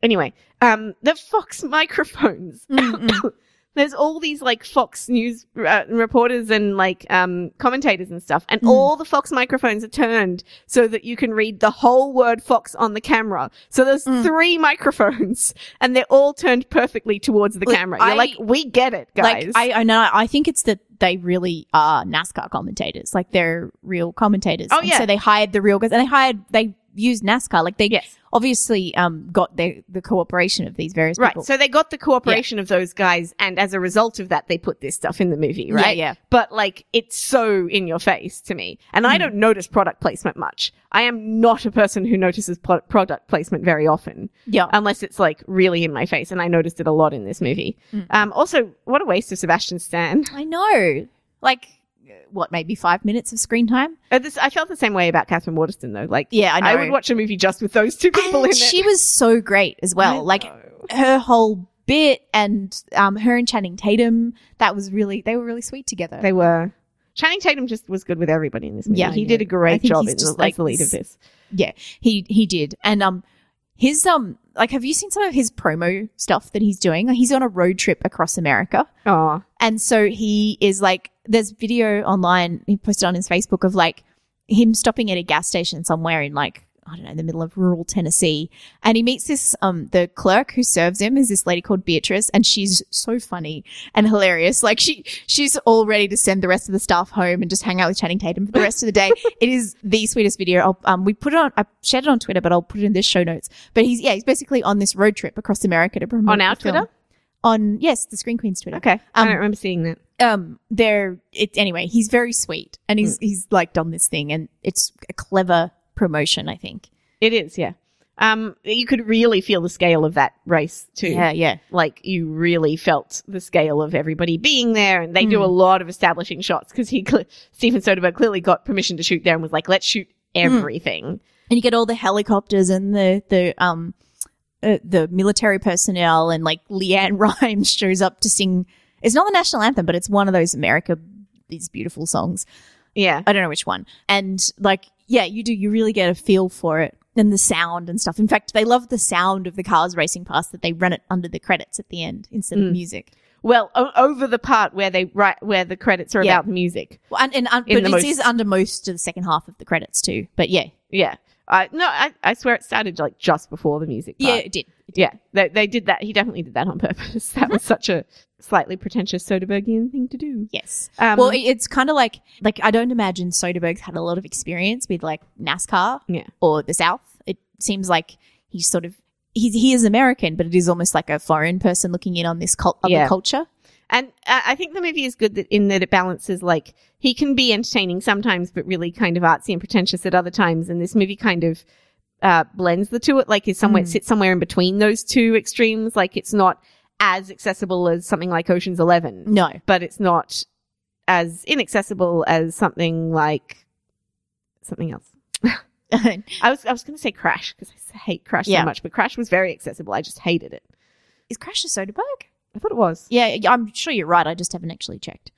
Speaker 1: Anyway, um, the Fox microphones.
Speaker 2: Mm, mm.
Speaker 1: There's all these like Fox News uh, reporters and like um, commentators and stuff, and
Speaker 2: Mm.
Speaker 1: all the Fox microphones are turned so that you can read the whole word Fox on the camera. So there's
Speaker 2: Mm.
Speaker 1: three microphones, and they're all turned perfectly towards the
Speaker 2: Like,
Speaker 1: camera. You're
Speaker 2: I-
Speaker 1: like, we get it, guys.
Speaker 2: Like I, I know I think it's that they really are NASCAR commentators. Like they're real commentators.
Speaker 1: Oh,
Speaker 2: And
Speaker 1: yeah.
Speaker 2: So they hired the real guys and they hired they used NASCAR. Like they
Speaker 1: Yes.
Speaker 2: obviously um got their the cooperation of these various
Speaker 1: Right.
Speaker 2: people.
Speaker 1: So they got the cooperation of those guys, and as a result of that, they put this stuff in the movie,
Speaker 2: Yeah,
Speaker 1: right?
Speaker 2: yeah.
Speaker 1: But like, it's so in your face to me. And I
Speaker 2: Mhm.
Speaker 1: don't notice product placement much. I am not a person who notices pro- product placement very often,
Speaker 2: yeah.
Speaker 1: unless it's like really in my face. And I noticed it a lot in this movie.
Speaker 2: Mm.
Speaker 1: Um, also, what a waste of Sebastian Stan.
Speaker 2: I know. Like what, maybe five minutes of screen time?
Speaker 1: Uh, this, I felt the same way about Catherine Waterston, though. Like,
Speaker 2: Yeah, I know.
Speaker 1: I would watch a movie just with those two people
Speaker 2: And
Speaker 1: in
Speaker 2: she
Speaker 1: it.
Speaker 2: was so great as
Speaker 1: I
Speaker 2: well. Like
Speaker 1: know.
Speaker 2: her whole bit and um her and Channing Tatum, that was really they were really sweet together.
Speaker 1: they were. Channing Tatum just was good with everybody in this movie.
Speaker 2: Yeah, I
Speaker 1: he did
Speaker 2: know.
Speaker 1: a
Speaker 2: I
Speaker 1: great
Speaker 2: think
Speaker 1: job
Speaker 2: he's
Speaker 1: in the, like,
Speaker 2: just, like,
Speaker 1: the lead of
Speaker 2: s-
Speaker 1: this.
Speaker 2: Yeah, he he did, and um, his um, like, have you seen some of his promo stuff that he's doing? He's on a road trip across America,
Speaker 1: Oh,
Speaker 2: and so he is like, there's video online he posted on his Facebook of like him stopping at a gas station somewhere in like. I don't know, the middle of rural Tennessee. And he meets this, um, the clerk who serves him is this lady called Beatrice, and she's so funny and hilarious. Like she, she's all ready to send the rest of the staff home and just hang out with Channing Tatum for the rest of the day. it is the sweetest video. I'll, um, we put it on, I shared it on Twitter, but I'll put it in the show notes. But he's, yeah, he's basically on this road trip across America to promote
Speaker 1: On our
Speaker 2: the film.
Speaker 1: Twitter?
Speaker 2: On, yes, the Screen Queen's Twitter
Speaker 1: Okay. I
Speaker 2: Um,
Speaker 1: don't remember seeing that.
Speaker 2: um they're it anyway he's very sweet and he's he's like done this thing and it's a clever promotion i think
Speaker 1: It is, yeah. Um, you could really feel the scale of that race too.
Speaker 2: yeah
Speaker 1: Like you really felt the scale of everybody being there, and they do
Speaker 2: Mm.
Speaker 1: a lot of establishing shots because he, cle Steven Soderbergh, clearly got permission to shoot there and was like, "Let's shoot everything."
Speaker 2: and you get all the helicopters and the the um uh, the military personnel and like leanne rhymes shows up to sing it's not the national anthem but it's one of those america these beautiful songs
Speaker 1: Yeah,
Speaker 2: i don't know which one and like yeah you do you really get a feel for it and the sound and stuff in fact they love the sound of the cars racing past that they run it under the credits at the end instead
Speaker 1: Mm.
Speaker 2: of music
Speaker 1: well, o- over the part where they write where the credits are
Speaker 2: Yeah.
Speaker 1: about the music.
Speaker 2: Well, and, and, and
Speaker 1: In
Speaker 2: but
Speaker 1: the
Speaker 2: it
Speaker 1: most-
Speaker 2: is under most of the second half of the credits too. But yeah,
Speaker 1: Yeah, I no, I, I swear it started like just before the music. part.
Speaker 2: it did.
Speaker 1: yeah, they they did that. He definitely did that on purpose. That was such a slightly pretentious Soderberghian thing to do.
Speaker 2: Yes.
Speaker 1: Um,
Speaker 2: well, it, it's kind of like like I don't imagine Soderbergh's had a lot of experience with like NASCAR
Speaker 1: Yeah.
Speaker 2: or the South. It seems like he's sort of he's he is American, but it is almost like a foreign person looking in on this cult, other
Speaker 1: Yeah.
Speaker 2: culture.
Speaker 1: And uh, I think the movie is good that in that it balances like he can be entertaining sometimes, but really kind of artsy and pretentious at other times. And this movie kind of uh, blends the two. It like is somewhere
Speaker 2: Mm.
Speaker 1: sits somewhere in between those two extremes. Like it's not as accessible as something like Ocean's Eleven,
Speaker 2: No,
Speaker 1: but it's not as inaccessible as something like something else.
Speaker 2: is
Speaker 1: I was I was going to say Crash because I hate Crash
Speaker 2: Yeah.
Speaker 1: so much, but Crash was very accessible. I just hated it.
Speaker 2: Crash a Soderbergh?
Speaker 1: I thought it was.
Speaker 2: Yeah, yeah, I'm sure you're right. I just haven't actually checked.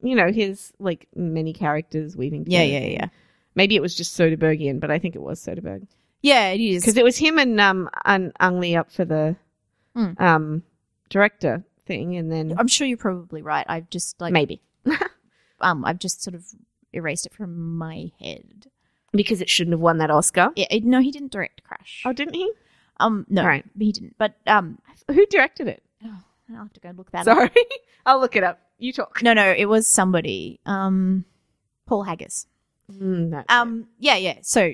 Speaker 1: You know, his like many characters weaving
Speaker 2: Yeah,
Speaker 1: together.
Speaker 2: yeah, yeah,
Speaker 1: Maybe it was just Soderberghian, but I think it was Soderbergh
Speaker 2: yeah. It is
Speaker 1: because it was him and um and Ang Lee up for the
Speaker 2: Mm.
Speaker 1: um director thing, and then
Speaker 2: I'm sure you're probably right. I've just like
Speaker 1: maybe
Speaker 2: um I've just sort of erased it from my head.
Speaker 1: because it shouldn't have won that Oscar.
Speaker 2: Yeah, it- no, he didn't direct Crash.
Speaker 1: Oh, didn't he?
Speaker 2: um, no,
Speaker 1: Right.
Speaker 2: he didn't. But um,
Speaker 1: Who directed it?
Speaker 2: oh, I'll have to go look that up.
Speaker 1: Sorry, I'll look it up. You talk.
Speaker 2: No, no, it was somebody. Um, Paul Haggis.
Speaker 1: Mm, that's it.
Speaker 2: Um, yeah, yeah. So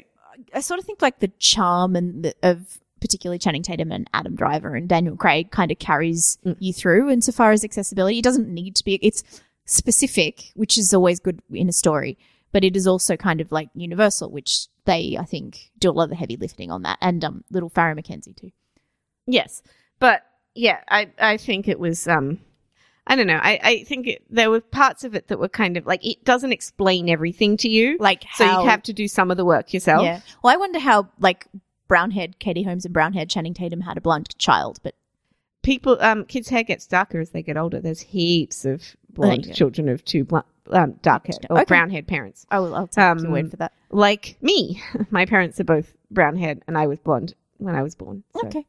Speaker 2: I sort of think like the charm and the, of particularly Channing Tatum and Adam Driver and Daniel Craig kind of carries
Speaker 1: Mm.
Speaker 2: you through insofar as accessibility. It doesn't need to be. It's specific, which is always good in a story, but it is also kind of like universal, which they I think do a lot of the heavy lifting on that, and um, little Farrah McKenzie too.
Speaker 1: Yes, but yeah, I I think it was um I don't know. I, I think it, there were parts of it that were kind of like it doesn't explain everything to you.
Speaker 2: Like
Speaker 1: so
Speaker 2: how,
Speaker 1: you have to do some of the work yourself.
Speaker 2: Yeah. Well, I wonder how like brown-haired Katie Holmes and brown-haired Channing Tatum had a blonde child, but
Speaker 1: People um kids hair gets darker as they get older. There's heaps of blonde
Speaker 2: Like-
Speaker 1: children of two bl- um dark haired or
Speaker 2: Oh, Okay.
Speaker 1: brown haired parents.
Speaker 2: I will, I'll take your
Speaker 1: Um,
Speaker 2: word for that.
Speaker 1: Like me. My parents are both brown haired and I was blonde when I was born. So,
Speaker 2: Okay.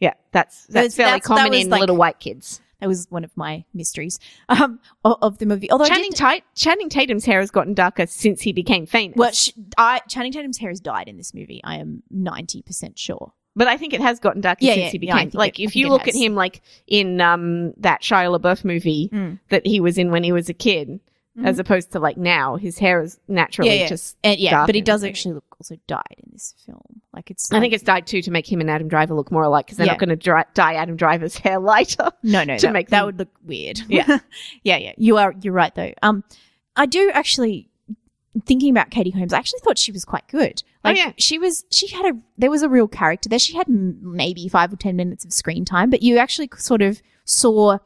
Speaker 1: Yeah, that's that's
Speaker 2: it's-
Speaker 1: fairly
Speaker 2: that's- that
Speaker 1: common
Speaker 2: was
Speaker 1: in
Speaker 2: like-
Speaker 1: little white kids.
Speaker 2: That was one of my mysteries um, o- of the movie. Although I
Speaker 1: Channing,
Speaker 2: did,
Speaker 1: Ti- Channing Tatum's hair has gotten darker since he became famous.
Speaker 2: well, sh I, Channing Tatum's hair has died in this movie. I am ninety percent sure.
Speaker 1: But I think it has gotten darker
Speaker 2: Yeah,
Speaker 1: since
Speaker 2: yeah,
Speaker 1: he
Speaker 2: yeah, I
Speaker 1: became.
Speaker 2: think
Speaker 1: like,
Speaker 2: it- I
Speaker 1: if
Speaker 2: think
Speaker 1: you
Speaker 2: it
Speaker 1: look
Speaker 2: has.
Speaker 1: at him, like in um that Shia LaBeouf movie
Speaker 2: Mm. Mm-hmm.
Speaker 1: that he was in when he was a kid, as opposed to like now, his hair is naturally
Speaker 2: Yeah, yeah.
Speaker 1: just.
Speaker 2: And yeah,
Speaker 1: dark
Speaker 2: but he
Speaker 1: and
Speaker 2: does
Speaker 1: everything.
Speaker 2: actually look also dyed in this film. Like it's,
Speaker 1: I think
Speaker 2: like-
Speaker 1: it's dyed too to make him and Adam Driver look more alike because they're not
Speaker 2: Yeah.
Speaker 1: going to dry- dye Adam Driver's hair lighter.
Speaker 2: no, no,
Speaker 1: to
Speaker 2: that,
Speaker 1: make
Speaker 2: that
Speaker 1: them-
Speaker 2: would look weird.
Speaker 1: Yeah.
Speaker 2: yeah, yeah. You are, you're right though. Um, I do actually thinking about Katie Holmes. I actually thought she was quite good.
Speaker 1: Oh,
Speaker 2: Like
Speaker 1: yeah.
Speaker 2: she was, she had a there was a real character there. She had m- maybe five or ten minutes of screen time, but you actually sort of saw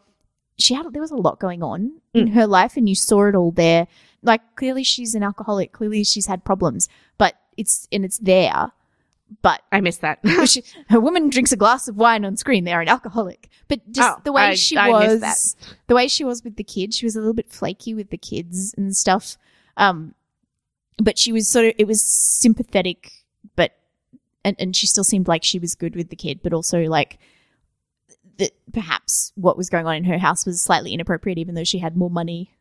Speaker 2: she had there was a lot going on
Speaker 1: Hmm.
Speaker 2: in her life, and you saw it all there. Like clearly she's an alcoholic. Clearly she's had problems, but it's and it's there. But
Speaker 1: I miss that.
Speaker 2: which a woman drinks a glass of wine on screen. They are an alcoholic. But just
Speaker 1: Oh,
Speaker 2: the way
Speaker 1: I-
Speaker 2: she
Speaker 1: I missed
Speaker 2: was,
Speaker 1: that.
Speaker 2: the way she was with the kids, she was a little bit flaky with the kids and stuff. Um, but she was sort of it was sympathetic, but and and she still seemed like she was good with the kid, but also like that perhaps what was going on in her house was slightly inappropriate, even though she had more money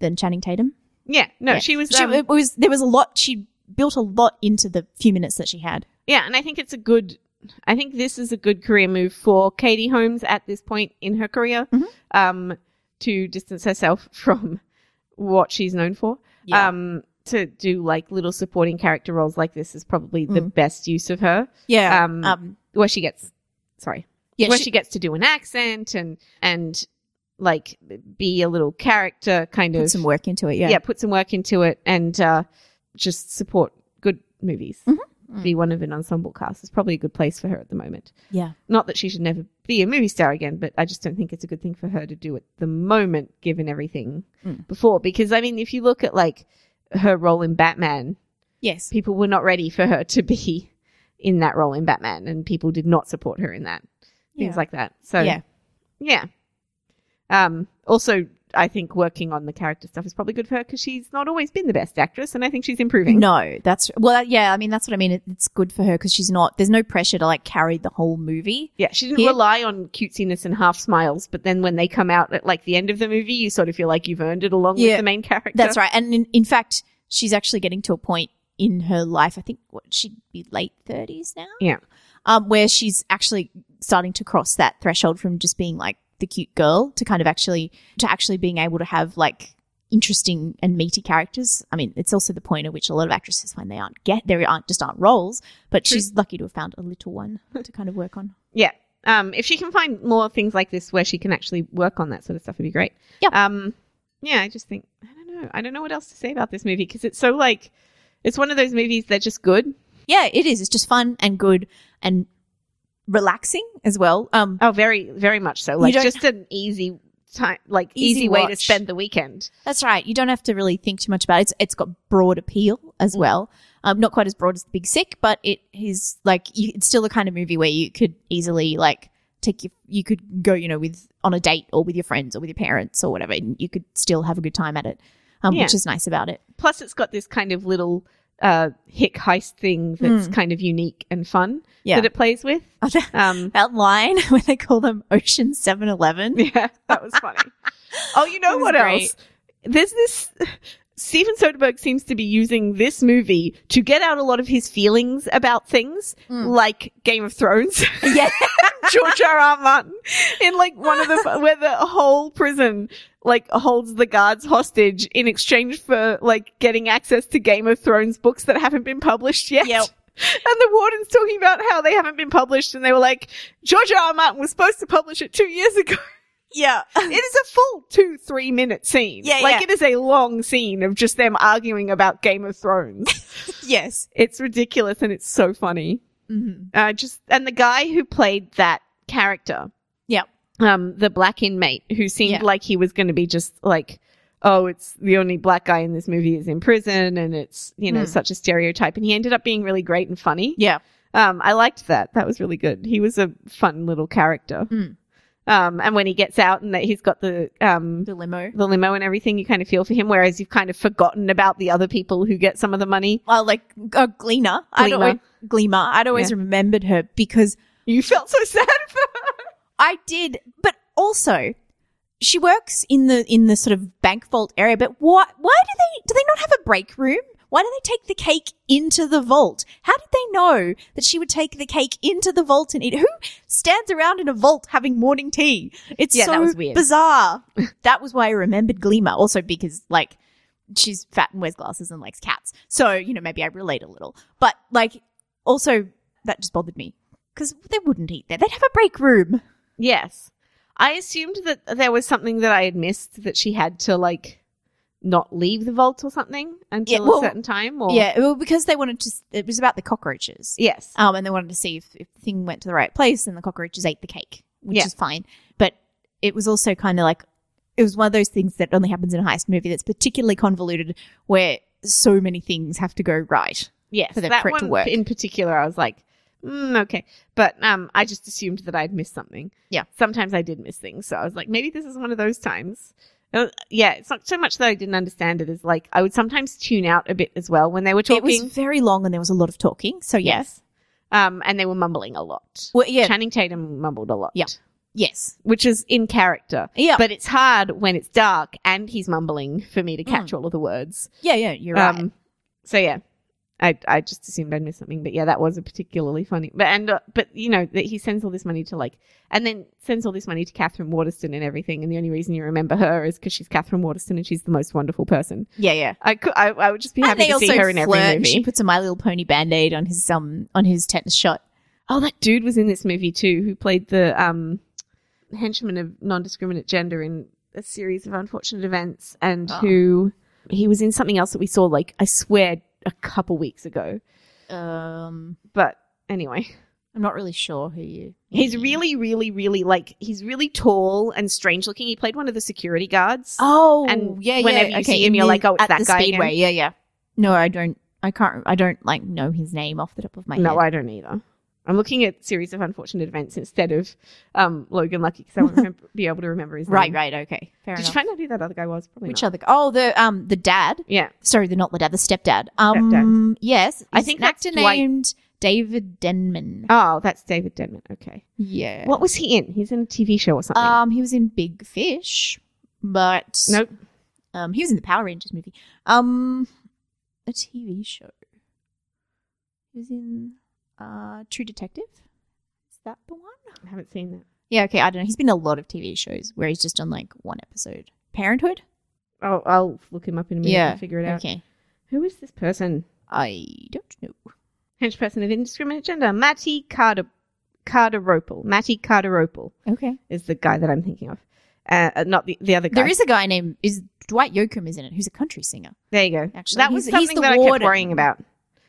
Speaker 2: than Channing Tatum.
Speaker 1: yeah, no,
Speaker 2: Yeah.
Speaker 1: she was.
Speaker 2: She,
Speaker 1: um,
Speaker 2: it was there was a lot she built a lot into the few minutes that she had.
Speaker 1: Yeah, and I think it's a good. I think this is a good career move for Katie Holmes at this point in her career,
Speaker 2: Mhm.
Speaker 1: um, to distance herself from what she's known for.
Speaker 2: Yeah.
Speaker 1: Um, to do like little supporting character roles like this is probably the
Speaker 2: Mm.
Speaker 1: best use of her,
Speaker 2: Yeah.
Speaker 1: um,
Speaker 2: um
Speaker 1: where she gets, sorry,
Speaker 2: yeah,
Speaker 1: where
Speaker 2: she-
Speaker 1: she gets to do an accent and and like be a little character kind
Speaker 2: put
Speaker 1: of
Speaker 2: some work into it.
Speaker 1: yeah.
Speaker 2: Yeah.
Speaker 1: put some work into it and uh, just support good movies.
Speaker 2: Mm-hmm.
Speaker 1: Be one of an ensemble cast. It's probably a good place for her at the moment.
Speaker 2: Yeah.
Speaker 1: Not that she should never be a movie star again, but I just don't think it's a good thing for her to do at the moment, given everything
Speaker 2: Mm.
Speaker 1: before. Because I mean, if you look at like her role in Batman,
Speaker 2: Yes.
Speaker 1: people were not ready for her to be in that role in Batman, and people did not support her in that. Things
Speaker 2: Yeah.
Speaker 1: like that. So
Speaker 2: yeah.
Speaker 1: yeah. Um, also, I think working on the character stuff is probably good for her because she's not always been the best actress, and I think she's improving.
Speaker 2: No, that's well, yeah. I mean, that's what I mean. It, it's good for her because she's not. There's no pressure to like carry the whole movie.
Speaker 1: Yeah, she didn't
Speaker 2: Here-
Speaker 1: rely on cutesiness and half smiles, but then when they come out at like the end of the movie, you sort of feel like you've earned it along
Speaker 2: Yeah.
Speaker 1: with the main character.
Speaker 2: That's right. And in, in fact, she's actually getting to a point in her life. I think what she'd be late thirties now.
Speaker 1: Yeah.
Speaker 2: Um, where she's actually starting to cross that threshold from just being like the cute girl to kind of actually to actually being able to have like interesting and meaty characters. I mean, it's also the point at which a lot of actresses find they aren't get there aren't just aren't roles, but
Speaker 1: True.
Speaker 2: she's lucky to have found a little one to kind of work on.
Speaker 1: Yeah. Um, if she can find more things like this where she can actually work on that sort of stuff, it'd be great.
Speaker 2: Yeah.
Speaker 1: Um, yeah, I just think I don't know. I don't know what else to say about this movie because it's so like it's one of those movies that's just good.
Speaker 2: Yeah, it is. It's just fun and good and relaxing as well. Um,
Speaker 1: Oh, very, very much so. Like
Speaker 2: don't-
Speaker 1: just an easy time, like
Speaker 2: Easy
Speaker 1: easy, way to
Speaker 2: watch.
Speaker 1: spend the weekend.
Speaker 2: That's right. You don't have to really think too much about it. It's, it's got broad appeal as well. Um, not quite as broad as The Big Sick, but it is like you, it's still the kind of movie where you could easily like take your you could go you know with on a date or with your friends or with your parents or whatever, and you could still have a good time at it, um,
Speaker 1: Yeah.
Speaker 2: which is nice about it.
Speaker 1: Plus, it's got this kind of little uh, hick heist thing that's kind of unique and fun
Speaker 2: Yeah.
Speaker 1: that it plays with. Um,
Speaker 2: that line where they call them Ocean Seven Eleven.
Speaker 1: yeah, that was funny. oh, you know
Speaker 2: was
Speaker 1: what
Speaker 2: great.
Speaker 1: else? There's this. Steven Soderbergh seems to be using this movie to get out a lot of his feelings about things, like Game of Thrones.
Speaker 2: Yeah.
Speaker 1: George R. R. Martin in like one of the where the whole prison like holds the guards hostage in exchange for like getting access to Game of Thrones books that haven't been published yet.
Speaker 2: Yep.
Speaker 1: And the warden's talking about how they haven't been published, and they were like, George R. R. Martin was supposed to publish it two years ago.
Speaker 2: Yeah.
Speaker 1: It is a full two, three minute scene.
Speaker 2: Yeah,
Speaker 1: like
Speaker 2: yeah.
Speaker 1: it is a long scene of just them arguing about Game of Thrones.
Speaker 2: yes.
Speaker 1: It's ridiculous and it's so funny.
Speaker 2: Mm-hmm.
Speaker 1: Uh, just and the guy who played that character
Speaker 2: Yep.
Speaker 1: um, the black inmate who seemed
Speaker 2: Yeah.
Speaker 1: like he was going to be just like, oh, it's the only black guy in this movie is in prison and it's, you know,
Speaker 2: Mm.
Speaker 1: such a stereotype. And he ended up being really great and funny.
Speaker 2: Yeah.
Speaker 1: Um, I liked that. That was really good. He was a fun little character.
Speaker 2: Mm.
Speaker 1: Um, and when he gets out and that he's got the, um,
Speaker 2: The limo.
Speaker 1: the limo and everything, you kind of feel for him, whereas you've kind of forgotten about the other people who get some of the money.
Speaker 2: Well, like uh, Gleaner. I'd
Speaker 1: Gleaner.
Speaker 2: always, Gleamer. I'd always remembered her because
Speaker 1: You felt so sad for her.
Speaker 2: I did, but also she works in the in the sort of bank vault area. But why why do they do they not have a break room? Why do they take the cake into the vault? How did they know that she would take the cake into the vault and eat? Who stands around in a vault having morning tea? It's
Speaker 1: Yeah,
Speaker 2: so
Speaker 1: that was weird.
Speaker 2: bizarre. that was why I remembered Gleamer. Also because like she's fat and wears glasses and likes cats. So, you know, maybe I relate a little. But like also that just bothered me. Because they wouldn't eat there. They'd have a break room.
Speaker 1: Yes. I assumed that there was something that I had missed that she had to like not leave the vault or something until
Speaker 2: well,
Speaker 1: a certain time or
Speaker 2: Yeah, well, because they wanted to. s- It was about the cockroaches,
Speaker 1: Yes.
Speaker 2: um, and they wanted to see if, if the thing went to the right place, and the cockroaches ate the cake, which
Speaker 1: Yeah.
Speaker 2: is fine. But it was also kind of like it was one of those things that only happens in a heist movie that's particularly convoluted, where so many things have to go right.
Speaker 1: Yes.
Speaker 2: for the
Speaker 1: that
Speaker 2: prick to
Speaker 1: one
Speaker 2: work.
Speaker 1: in particular I was like, mm, okay. But um I just assumed that I'd missed something.
Speaker 2: Yeah.
Speaker 1: Sometimes I did miss things, so I was like, maybe this is one of those times. Uh, yeah, it's not so much that I didn't understand it as like I would sometimes tune out a bit as well when they were
Speaker 2: It
Speaker 1: talking.
Speaker 2: was very long, and there was a lot of talking. So yes,
Speaker 1: Um and they were mumbling a lot.
Speaker 2: well, yeah,
Speaker 1: Channing Tatum mumbled a lot.
Speaker 2: Yeah. yes,
Speaker 1: Which is in character.
Speaker 2: yeah,
Speaker 1: But it's hard when it's dark and he's mumbling for me to catch all of the words. Um,
Speaker 2: yeah, yeah. Hmm. You're right.
Speaker 1: so yeah, I I just assumed I'd missed something, but yeah, that was a particularly funny. But and uh, but you know that he sends all this money to like, and then sends all this money to Catherine Waterston and everything. And the only reason you remember her is because she's Catherine Waterston and she's the most wonderful person.
Speaker 2: yeah, yeah.
Speaker 1: I could I, I would just be
Speaker 2: And
Speaker 1: happy
Speaker 2: they
Speaker 1: to
Speaker 2: also
Speaker 1: see her in every
Speaker 2: flirt.
Speaker 1: movie.
Speaker 2: She puts a My Little Pony band aid on his um on his tetanus shot.
Speaker 1: Oh, that dude was in this movie too, who played the um, henchman of non-discriminate gender in a series of unfortunate events, and
Speaker 2: Oh.
Speaker 1: who he was in something else that we saw, like I swear, a couple weeks ago.
Speaker 2: Um,
Speaker 1: But anyway,
Speaker 2: I'm not really sure who you.
Speaker 1: he's really, really, really like he's really tall and strange looking. He played one of the security guards.
Speaker 2: Oh,
Speaker 1: and
Speaker 2: yeah,
Speaker 1: whenever
Speaker 2: yeah.
Speaker 1: you see him, you're
Speaker 2: in
Speaker 1: like, oh, it's
Speaker 2: at
Speaker 1: that
Speaker 2: the
Speaker 1: guy
Speaker 2: Speedway. Yeah, yeah. No, I don't. I can't. I don't like know his name off the top of my
Speaker 1: no,
Speaker 2: head.
Speaker 1: I don't either. I'm looking at series of unfortunate events instead of um, Logan Lucky because I won't remember, be able to remember his
Speaker 2: right,
Speaker 1: name.
Speaker 2: right, okay, fair
Speaker 1: Did
Speaker 2: enough.
Speaker 1: you find out who that other guy was? Probably
Speaker 2: Which
Speaker 1: not.
Speaker 2: other? Oh, the um, the dad.
Speaker 1: Yeah.
Speaker 2: Sorry, the not the dad, the stepdad. Um, yes,
Speaker 1: I
Speaker 2: He's
Speaker 1: think
Speaker 2: an
Speaker 1: that's
Speaker 2: actor
Speaker 1: Dwight-
Speaker 2: named David Denman.
Speaker 1: Oh, that's David Denman. Okay.
Speaker 2: yeah.
Speaker 1: What was he in? He's in a TV show or something.
Speaker 2: Um, he was in Big Fish, but
Speaker 1: nope.
Speaker 2: Um, he was in the Power Rangers movie. Um, a TV show. He was in uh, True Detective. Is that the one?
Speaker 1: I haven't seen that.
Speaker 2: Yeah. Okay. I don't know. He's been in a lot of TV shows where he's just on like one episode. Parenthood.
Speaker 1: I'll, I'll look him up in a minute
Speaker 2: Yeah.
Speaker 1: and figure it out.
Speaker 2: Okay.
Speaker 1: Who is this person?
Speaker 2: I don't know.
Speaker 1: Henchperson of indiscriminate gender. Matty Carter Carteropel. Matty Carteropel
Speaker 2: Okay.
Speaker 1: is the guy that I'm thinking of. Uh, uh, not the, the other guy.
Speaker 2: There is a guy named is Dwight Yoakam is in it, who's a country singer.
Speaker 1: there you go.
Speaker 2: Actually,
Speaker 1: that was
Speaker 2: he's- he's
Speaker 1: something
Speaker 2: the
Speaker 1: that I kept
Speaker 2: warden.
Speaker 1: worrying about.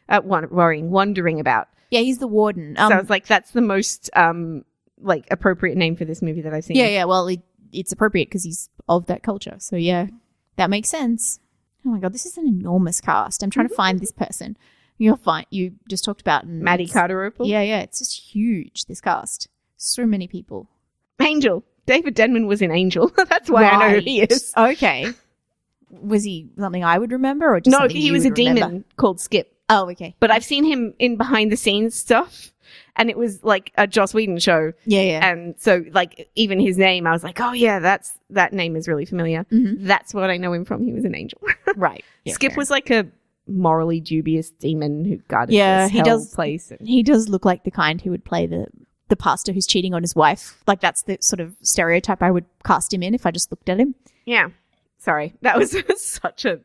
Speaker 1: Uh, won- worrying, wondering about.
Speaker 2: Yeah, he's the warden. Um,
Speaker 1: so I was like, that's the most um like appropriate name for this movie that I've seen.
Speaker 2: yeah, yeah. Well, it, it's appropriate because he's of that culture. So yeah, that makes sense. Oh my god, this is an enormous cast. I'm trying to find this person. You'll find you just talked about and
Speaker 1: Matty
Speaker 2: it's-
Speaker 1: Carteropel.
Speaker 2: Yeah, yeah. It's just huge. This cast, so many people.
Speaker 1: Angel. David Denman was in Angel. that's why I know who he
Speaker 2: Right.
Speaker 1: is.
Speaker 2: Okay. Was he something I would remember, or just
Speaker 1: No,
Speaker 2: something
Speaker 1: he
Speaker 2: you
Speaker 1: was a
Speaker 2: would
Speaker 1: demon
Speaker 2: remember?
Speaker 1: called Skip.
Speaker 2: Oh, okay.
Speaker 1: But I've seen him in behind the scenes stuff, and it was like a Joss Whedon show.
Speaker 2: Yeah, yeah.
Speaker 1: And so, like, even his name, I was like, oh yeah, that's that name is really familiar.
Speaker 2: Mhm.
Speaker 1: That's what I know him from. He was an angel.
Speaker 2: Right. Yeah,
Speaker 1: Uh, Skip
Speaker 2: fair.
Speaker 1: was like a morally dubious demon who guarded
Speaker 2: Yeah,
Speaker 1: this
Speaker 2: he
Speaker 1: hell
Speaker 2: does-
Speaker 1: place. And,
Speaker 2: He does look like the kind who would play the the pastor who's cheating on his wife. Like that's the sort of stereotype I would cast him in if I just looked at him.
Speaker 1: yeah, sorry, that was such a.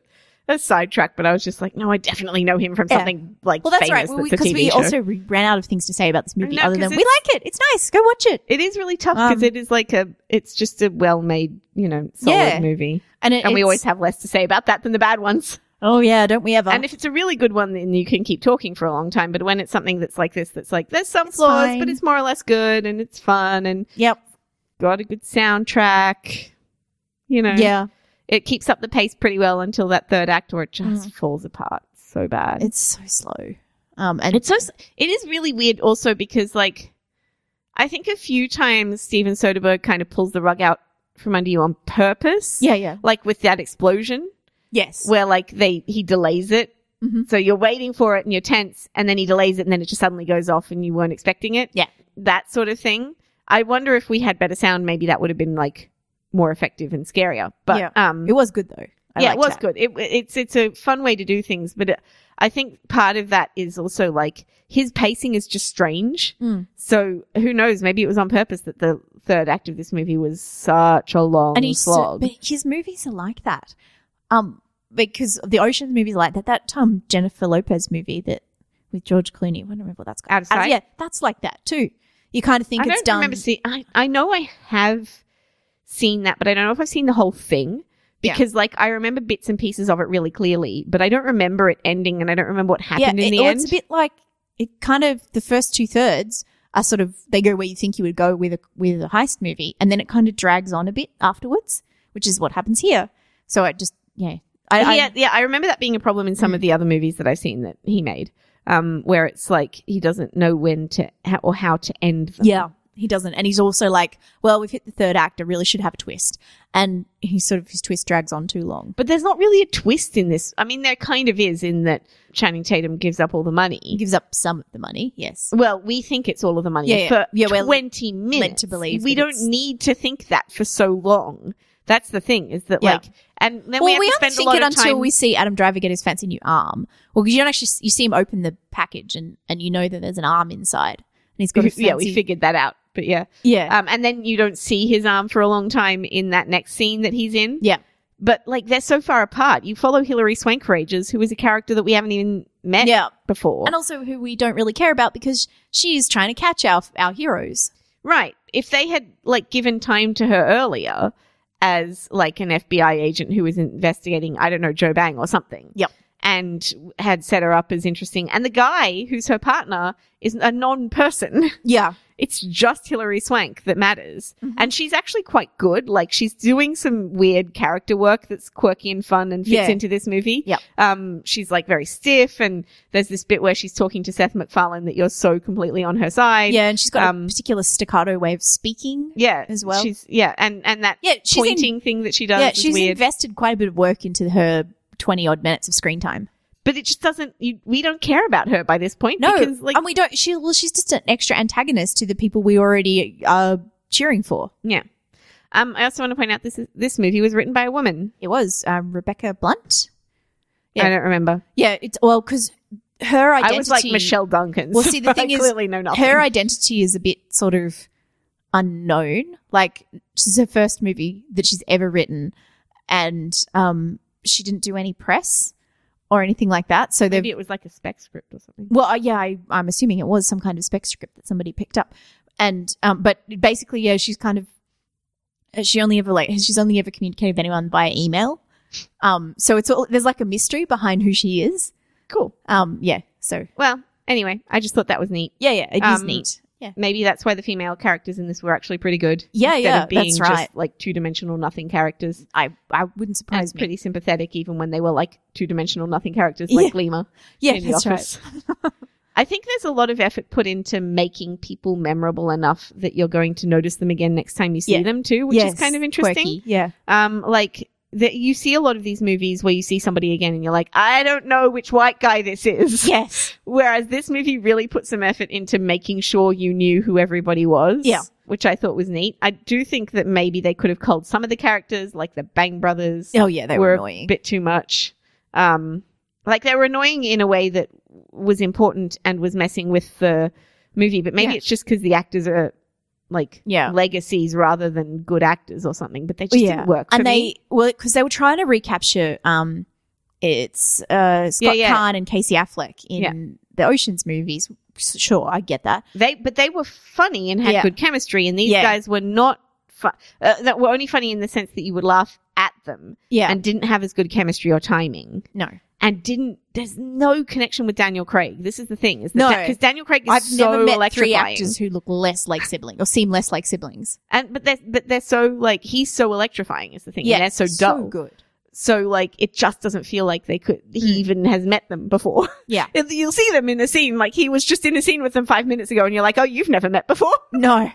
Speaker 1: A sidetrack, but I was just like, no, I definitely know him from
Speaker 2: Yeah.
Speaker 1: something like
Speaker 2: Well, that's
Speaker 1: famous.
Speaker 2: right. Because we,
Speaker 1: that's a
Speaker 2: 'cause
Speaker 1: TV
Speaker 2: we
Speaker 1: show.
Speaker 2: also re- ran out of things to say about this movie
Speaker 1: know,
Speaker 2: other
Speaker 1: 'cause
Speaker 2: than we like it. It's nice. Go watch it.
Speaker 1: it is really tough because
Speaker 2: Um,
Speaker 1: it is like a, it's just a well-made, you know, solid
Speaker 2: Yeah.
Speaker 1: movie.
Speaker 2: And, it,
Speaker 1: and we
Speaker 2: it's-
Speaker 1: always have less to say about that than the bad ones.
Speaker 2: oh yeah, don't we ever?
Speaker 1: And if it's a really good one, then you can keep talking for a long time. But when it's something that's like this, that's like there's some
Speaker 2: It's
Speaker 1: flaws,
Speaker 2: fine.
Speaker 1: but it's more or less good and it's fun and
Speaker 2: yep.
Speaker 1: got a good soundtrack. You know,
Speaker 2: Yeah.
Speaker 1: it keeps up the pace pretty well until that third act where it just falls apart so bad.
Speaker 2: Mm. It's so slow. Um, and
Speaker 1: it's so s- it is really weird also because like I think a few times Steven Soderbergh kind of pulls the rug out from under you on purpose.
Speaker 2: yeah, yeah,
Speaker 1: Like with that explosion
Speaker 2: yes,
Speaker 1: where like they he delays it.
Speaker 2: Mhm.
Speaker 1: So you're waiting for it and you're tense and then he delays it and then it just suddenly goes off and you weren't expecting it.
Speaker 2: Yeah.
Speaker 1: That sort of thing. I wonder if we had better sound, maybe that would have been like more effective and scarier. But
Speaker 2: Yeah.
Speaker 1: um
Speaker 2: it was good though. I
Speaker 1: yeah, it
Speaker 2: liked
Speaker 1: was
Speaker 2: that.
Speaker 1: good. It, it's it's a fun way to do things, but it, I think part of that is also like his pacing is just strange.
Speaker 2: Mm.
Speaker 1: So who knows? Maybe it was on purpose that the third act of this movie was such a long
Speaker 2: and he's so,
Speaker 1: slog.
Speaker 2: but his movies are like that. Um, because the oceans movies are like that. That um Jennifer Lopez movie that with George Clooney. I don't remember what that's called.
Speaker 1: Out of Sight?
Speaker 2: yeah, that's like that too. You kind of think
Speaker 1: I
Speaker 2: it's
Speaker 1: don't
Speaker 2: done.
Speaker 1: remember seeing. I I know I have seen that, but I don't know if I've seen the whole thing.
Speaker 2: Yeah.
Speaker 1: Because like I remember bits and pieces of it really clearly, but I don't remember it ending, and I don't remember what
Speaker 2: yeah,
Speaker 1: happened
Speaker 2: it,
Speaker 1: in the
Speaker 2: or
Speaker 1: end.
Speaker 2: it's a bit like it kind of the first two thirds are sort of they go where you think you would go with a with a heist movie, and then it kind of drags on a bit afterwards, which is what happens here. So it just yeah, I, Mm. I-
Speaker 1: yeah, yeah, I remember that being a problem in some of the other movies that I've seen that he made, um, where it's like he doesn't know when to how, or how to end them.
Speaker 2: Yeah, he doesn't. And he's also like, well, we've hit the third act. I really should have a twist. And he sort of, his twist drags on too long.
Speaker 1: But there's not really a twist in this. I mean, there kind of is in that Channing Tatum gives up all the
Speaker 2: He
Speaker 1: money.
Speaker 2: gives up some of the money, yes.
Speaker 1: Well, we think it's all of the money
Speaker 2: Yeah, yeah.
Speaker 1: for
Speaker 2: Yeah, we're
Speaker 1: 20 minutes.
Speaker 2: to believe
Speaker 1: we
Speaker 2: that
Speaker 1: don't
Speaker 2: it's-
Speaker 1: need to think that for so long. That's the thing is that
Speaker 2: Yeah.
Speaker 1: like, and then we
Speaker 2: well,
Speaker 1: have
Speaker 2: we,
Speaker 1: to
Speaker 2: only
Speaker 1: spend a
Speaker 2: think
Speaker 1: lot
Speaker 2: it
Speaker 1: of
Speaker 2: until
Speaker 1: time.
Speaker 2: we see Adam Driver get his fancy new arm. Well, because you don't actually, s- you see him open the package and, and you know that there's an arm inside. And he's got a fancy,
Speaker 1: yeah, we figured that out. But yeah.
Speaker 2: Yeah.
Speaker 1: Um, and then you don't see his arm for a long time in that next scene that he's in.
Speaker 2: Yeah.
Speaker 1: But like they're so far apart. You follow Hilary Swank for ages, who is a character that we haven't even met
Speaker 2: yeah.
Speaker 1: before.
Speaker 2: And also who we don't really care about because she's trying to catch our, our heroes.
Speaker 1: right. If they had like given time to her earlier as like an FBI agent who was investigating, I don't know, Joe Bang or something.
Speaker 2: Yep.
Speaker 1: And had set her up as interesting. And the guy who's her partner is a non person.
Speaker 2: Yeah.
Speaker 1: it's just Hilary Swank that matters.
Speaker 2: Mm-hmm.
Speaker 1: And she's actually quite good. Like she's doing some weird character work that's quirky and fun and fits
Speaker 2: Yeah.
Speaker 1: into this movie.
Speaker 2: Yep.
Speaker 1: Um, she's like very stiff and there's this bit where she's talking to Seth MacFarlane that you're so completely on her side.
Speaker 2: Yeah. And she's got a
Speaker 1: Um,
Speaker 2: particular staccato way of speaking.
Speaker 1: Yeah.
Speaker 2: As well.
Speaker 1: She's, yeah. And, and that
Speaker 2: Yeah. She's in
Speaker 1: pointing thing that she does
Speaker 2: yeah,
Speaker 1: is
Speaker 2: she's
Speaker 1: weird.
Speaker 2: invested quite a bit of work into her twenty odd minutes of screen time.
Speaker 1: but it just doesn't, you, we don't care about her by this point.
Speaker 2: No,
Speaker 1: Because like,
Speaker 2: and we don't. She well, she's just an extra antagonist to the people we already are cheering for.
Speaker 1: yeah. Um, I also want to point out this, is, this movie was written by a woman.
Speaker 2: It was um, Rebecca Blunt. Yeah.
Speaker 1: I don't remember.
Speaker 2: Yeah, it's well because her identity.
Speaker 1: I was like Michelle Duncan.
Speaker 2: Well, see, the
Speaker 1: so
Speaker 2: thing
Speaker 1: I
Speaker 2: is,
Speaker 1: clearly know nothing.
Speaker 2: Her identity is a bit sort of unknown. Like she's her first movie that she's ever written, and um, she didn't do any press or anything like that. So they've
Speaker 1: Maybe it was like a spec script or something.
Speaker 2: Well, uh, yeah, I, I'm assuming it was some kind of spec script that somebody picked up, and um, but basically, yeah, she's kind of uh, she only ever like she's only ever communicated with anyone via email. Um, so it's all there's like a mystery behind who she is.
Speaker 1: Cool.
Speaker 2: Um, yeah, so
Speaker 1: Well, anyway, I just thought that was neat.
Speaker 2: yeah, yeah, it is
Speaker 1: Um,
Speaker 2: neat. Yeah,
Speaker 1: Maybe that's why the female characters in this were actually pretty good.
Speaker 2: Yeah,
Speaker 1: instead
Speaker 2: yeah,
Speaker 1: of being
Speaker 2: that's
Speaker 1: just,
Speaker 2: right.
Speaker 1: like two dimensional nothing characters.
Speaker 2: I I wouldn't
Speaker 1: I was
Speaker 2: surprise me.
Speaker 1: pretty sympathetic even when they were like two dimensional nothing characters like
Speaker 2: Yeah.
Speaker 1: Lima.
Speaker 2: yeah,
Speaker 1: in the
Speaker 2: that's right.
Speaker 1: office. I think there's a lot of effort put into making people memorable enough that you're going to notice them again next time you see
Speaker 2: Yeah.
Speaker 1: them too, which
Speaker 2: Yes,
Speaker 1: is kind of interesting.
Speaker 2: quirky, Yeah,
Speaker 1: Um, like that you see a lot of these movies where you see somebody again and you're like, I don't know which white guy this is.
Speaker 2: yes,
Speaker 1: Whereas this movie really put some effort into making sure you knew who everybody was.
Speaker 2: Yeah.
Speaker 1: Which I thought was neat. I do think that maybe they could have culled some of the characters, like the Bang Brothers,
Speaker 2: oh yeah, they were, annoying.
Speaker 1: a bit too much. Um, like they were annoying in a way that was important and was messing with the movie, but maybe
Speaker 2: Yeah.
Speaker 1: it's just because the actors are like
Speaker 2: Yeah.
Speaker 1: legacies rather than good actors or something, but they just didn't work. For
Speaker 2: and
Speaker 1: me.
Speaker 2: they well because they were trying to recapture um it's uh Scott
Speaker 1: yeah.
Speaker 2: Kahn and Casey Affleck in
Speaker 1: Yeah.
Speaker 2: the Ocean's movies. S- Sure, I get that.
Speaker 1: They, but they were funny and had
Speaker 2: Yeah.
Speaker 1: good chemistry, and these
Speaker 2: Yeah.
Speaker 1: guys were not fu- uh, that were only funny in the sense that you would laugh at them
Speaker 2: Yeah,
Speaker 1: and didn't have as good chemistry or timing.
Speaker 2: no,
Speaker 1: and didn't. There's no connection with Daniel Craig. This is the thing, is
Speaker 2: No.
Speaker 1: because Daniel Craig is
Speaker 2: I've
Speaker 1: so
Speaker 2: never met three
Speaker 1: electrifying,
Speaker 2: actors who look less like siblings or seem less like siblings.
Speaker 1: and but they're but they're so like he's so electrifying is the thing. Yeah, so dull.
Speaker 2: good.
Speaker 1: So like it just doesn't feel like they could. He
Speaker 2: Mm.
Speaker 1: even has met them before.
Speaker 2: Yeah.
Speaker 1: And You'll see them in a scene. Like he was just in a scene with them five minutes ago, and you're like, oh, you've never met before.
Speaker 2: No.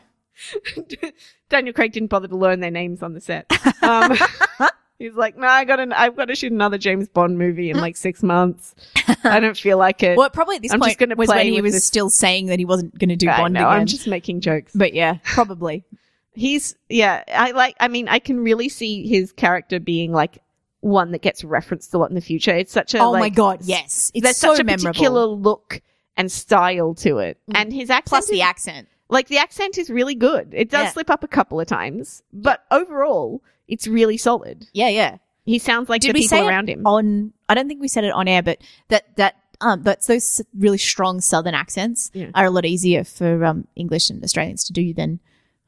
Speaker 1: Daniel Craig didn't bother to learn their names on the set. Um, he's like, no, I got an, I've got to shoot another James Bond movie in like six months. I don't feel like it.
Speaker 2: Well, probably at this
Speaker 1: I'm just
Speaker 2: point
Speaker 1: gonna
Speaker 2: was
Speaker 1: play
Speaker 2: when he
Speaker 1: with
Speaker 2: was
Speaker 1: this-
Speaker 2: still saying that he wasn't going to do
Speaker 1: I
Speaker 2: Bond
Speaker 1: know,
Speaker 2: again.
Speaker 1: I'm just making jokes.
Speaker 2: But yeah, probably.
Speaker 1: He's yeah, I like I mean, I can really see his character being like one that gets referenced a lot in the future. It's such a
Speaker 2: oh my
Speaker 1: like,
Speaker 2: god, yes, it's
Speaker 1: there's
Speaker 2: so
Speaker 1: such a
Speaker 2: memorable.
Speaker 1: particular look and style to it.
Speaker 2: Mm.
Speaker 1: And his accent
Speaker 2: Plus
Speaker 1: is-
Speaker 2: the accent.
Speaker 1: like the accent is really good. It does
Speaker 2: Yeah.
Speaker 1: slip up a couple of times, but overall it's really solid.
Speaker 2: Yeah, yeah.
Speaker 1: He sounds like
Speaker 2: Did
Speaker 1: the
Speaker 2: we
Speaker 1: people
Speaker 2: say it
Speaker 1: around him.
Speaker 2: On I don't think we said it on air, but that that um that's those really strong Southern accents
Speaker 1: Yeah.
Speaker 2: are a lot easier for um English and Australians to do than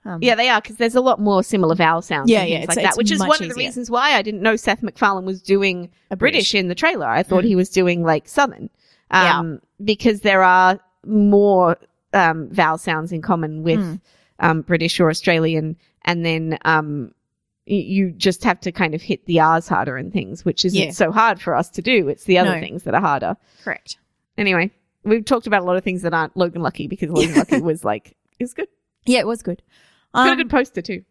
Speaker 2: um,
Speaker 1: Yeah, they are because there's a lot more similar vowel sounds.
Speaker 2: Yeah,
Speaker 1: and
Speaker 2: yeah,
Speaker 1: things
Speaker 2: it's-
Speaker 1: like
Speaker 2: it's
Speaker 1: that, which is
Speaker 2: much
Speaker 1: one of the
Speaker 2: easier.
Speaker 1: reasons why I didn't know Seth MacFarlane was doing
Speaker 2: a Mm.
Speaker 1: British in the trailer. I thought he was doing like Southern,
Speaker 2: Yeah.
Speaker 1: um, because there are more um, vowel sounds in common with
Speaker 2: Mm.
Speaker 1: um, British or Australian, and then um, y- you just have to kind of hit the R's harder and things, which isn't
Speaker 2: Yeah.
Speaker 1: so hard for us to do. It's the other
Speaker 2: No.
Speaker 1: things that are harder.
Speaker 2: Correct.
Speaker 1: Anyway, we've talked about a lot of things that aren't Logan Lucky because Logan Lucky was like it's good,
Speaker 2: Yeah, it was good.
Speaker 1: got a
Speaker 2: Um,
Speaker 1: good poster too.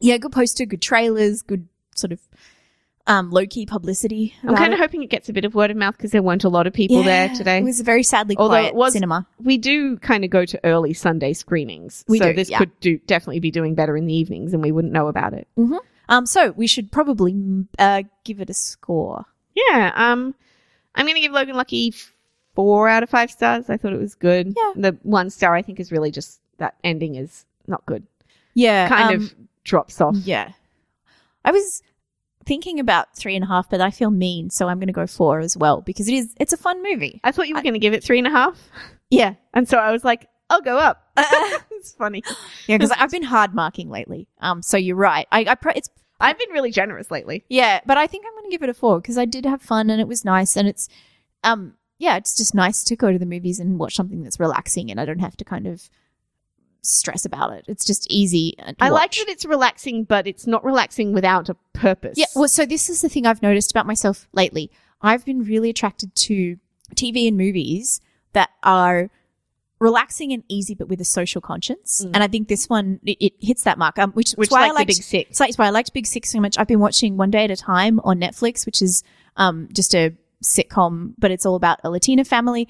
Speaker 2: yeah, good poster, good trailers, good sort of um, low key publicity.
Speaker 1: I'm
Speaker 2: about
Speaker 1: kind of
Speaker 2: it.
Speaker 1: hoping it gets a bit of word of mouth because there weren't a lot of people
Speaker 2: Yeah,
Speaker 1: there today.
Speaker 2: It was a very sadly
Speaker 1: Although
Speaker 2: quiet
Speaker 1: it was-
Speaker 2: cinema.
Speaker 1: we do kind of go to early Sunday screenings,
Speaker 2: We
Speaker 1: so
Speaker 2: do,
Speaker 1: this
Speaker 2: yeah.
Speaker 1: could do definitely be doing better in the evenings, and we wouldn't know about it.
Speaker 2: Um, so we should probably mm, uh, give it a score.
Speaker 1: Yeah, um, I'm gonna give Logan Lucky four out of five stars. I thought it was good.
Speaker 2: Yeah.
Speaker 1: the one star I think is really just that ending is not good.
Speaker 2: Yeah,
Speaker 1: Kind
Speaker 2: um,
Speaker 1: of drops off.
Speaker 2: Yeah, I was thinking about three and a half, but I feel mean, so I'm going to go four as well because it is it's a fun movie.
Speaker 1: I thought you were
Speaker 2: I-
Speaker 1: gonna give it three and a half,
Speaker 2: Yeah,
Speaker 1: and so I was like, I'll go up.
Speaker 2: Uh-uh.
Speaker 1: it's funny.
Speaker 2: yeah, because I've been hard marking lately. Um, so you're right. I, I pro- it's
Speaker 1: I've been really generous lately.
Speaker 2: Yeah, but I think I'm going to give it a four because I did have fun and it was nice and it's, um, yeah, it's just nice to go to the movies and watch something that's relaxing and I don't have to kind of stress about it. It's just easy. uh, To
Speaker 1: I like
Speaker 2: watch.
Speaker 1: that it's relaxing, but it's not relaxing without a purpose.
Speaker 2: Yeah, well, so this is the thing I've noticed about myself lately. I've been really attracted to TV and movies that are relaxing and easy, but with a social conscience.
Speaker 1: Mm.
Speaker 2: And I think this one it, it hits that mark, um, which, is
Speaker 1: which
Speaker 2: why
Speaker 1: like,
Speaker 2: I liked
Speaker 1: the big six.
Speaker 2: so that's why I liked Big Six so much. I've been watching One Day at a Time on Netflix, which is um, just a sitcom, but it's all about a Latina family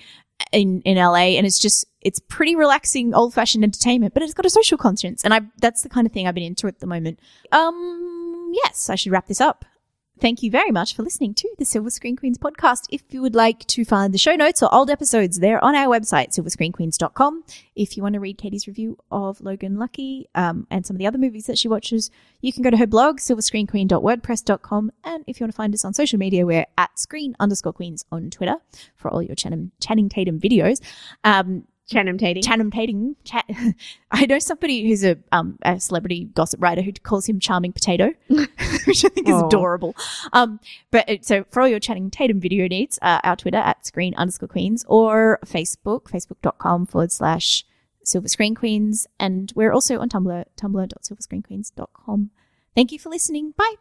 Speaker 2: in in LA, and it's just it's pretty relaxing, old fashioned entertainment, but it's got a social conscience, and I that's the kind of thing I've been into at the moment. Um, yes, I should wrap this up. Thank you very much for listening to the Silver Screen Queens podcast. If you would like to find the show notes or old episodes, they're on our website, silverscreenqueens.com. If you want to read Katie's review of Logan Lucky um, and some of the other movies that she watches, you can go to her blog, silverscreenqueen.wordpress.com. And if you want to find us on social media, we're at screen underscore queens on Twitter for all your Channing, Channing Tatum videos. Um,
Speaker 1: Channing Tatum.
Speaker 2: Channing Tatum. Cha- I know somebody who's a, um, a celebrity gossip writer who calls him Charming Potato, which I think is
Speaker 1: Aw.
Speaker 2: adorable. Um, but it, so for all your Channing Tatum video needs, uh, our Twitter at screen underscore queens or Facebook, facebook.com forward slash silver screen queens. And we're also on Tumblr, tumblr.silverscreenqueens.com. Thank you for listening. Bye.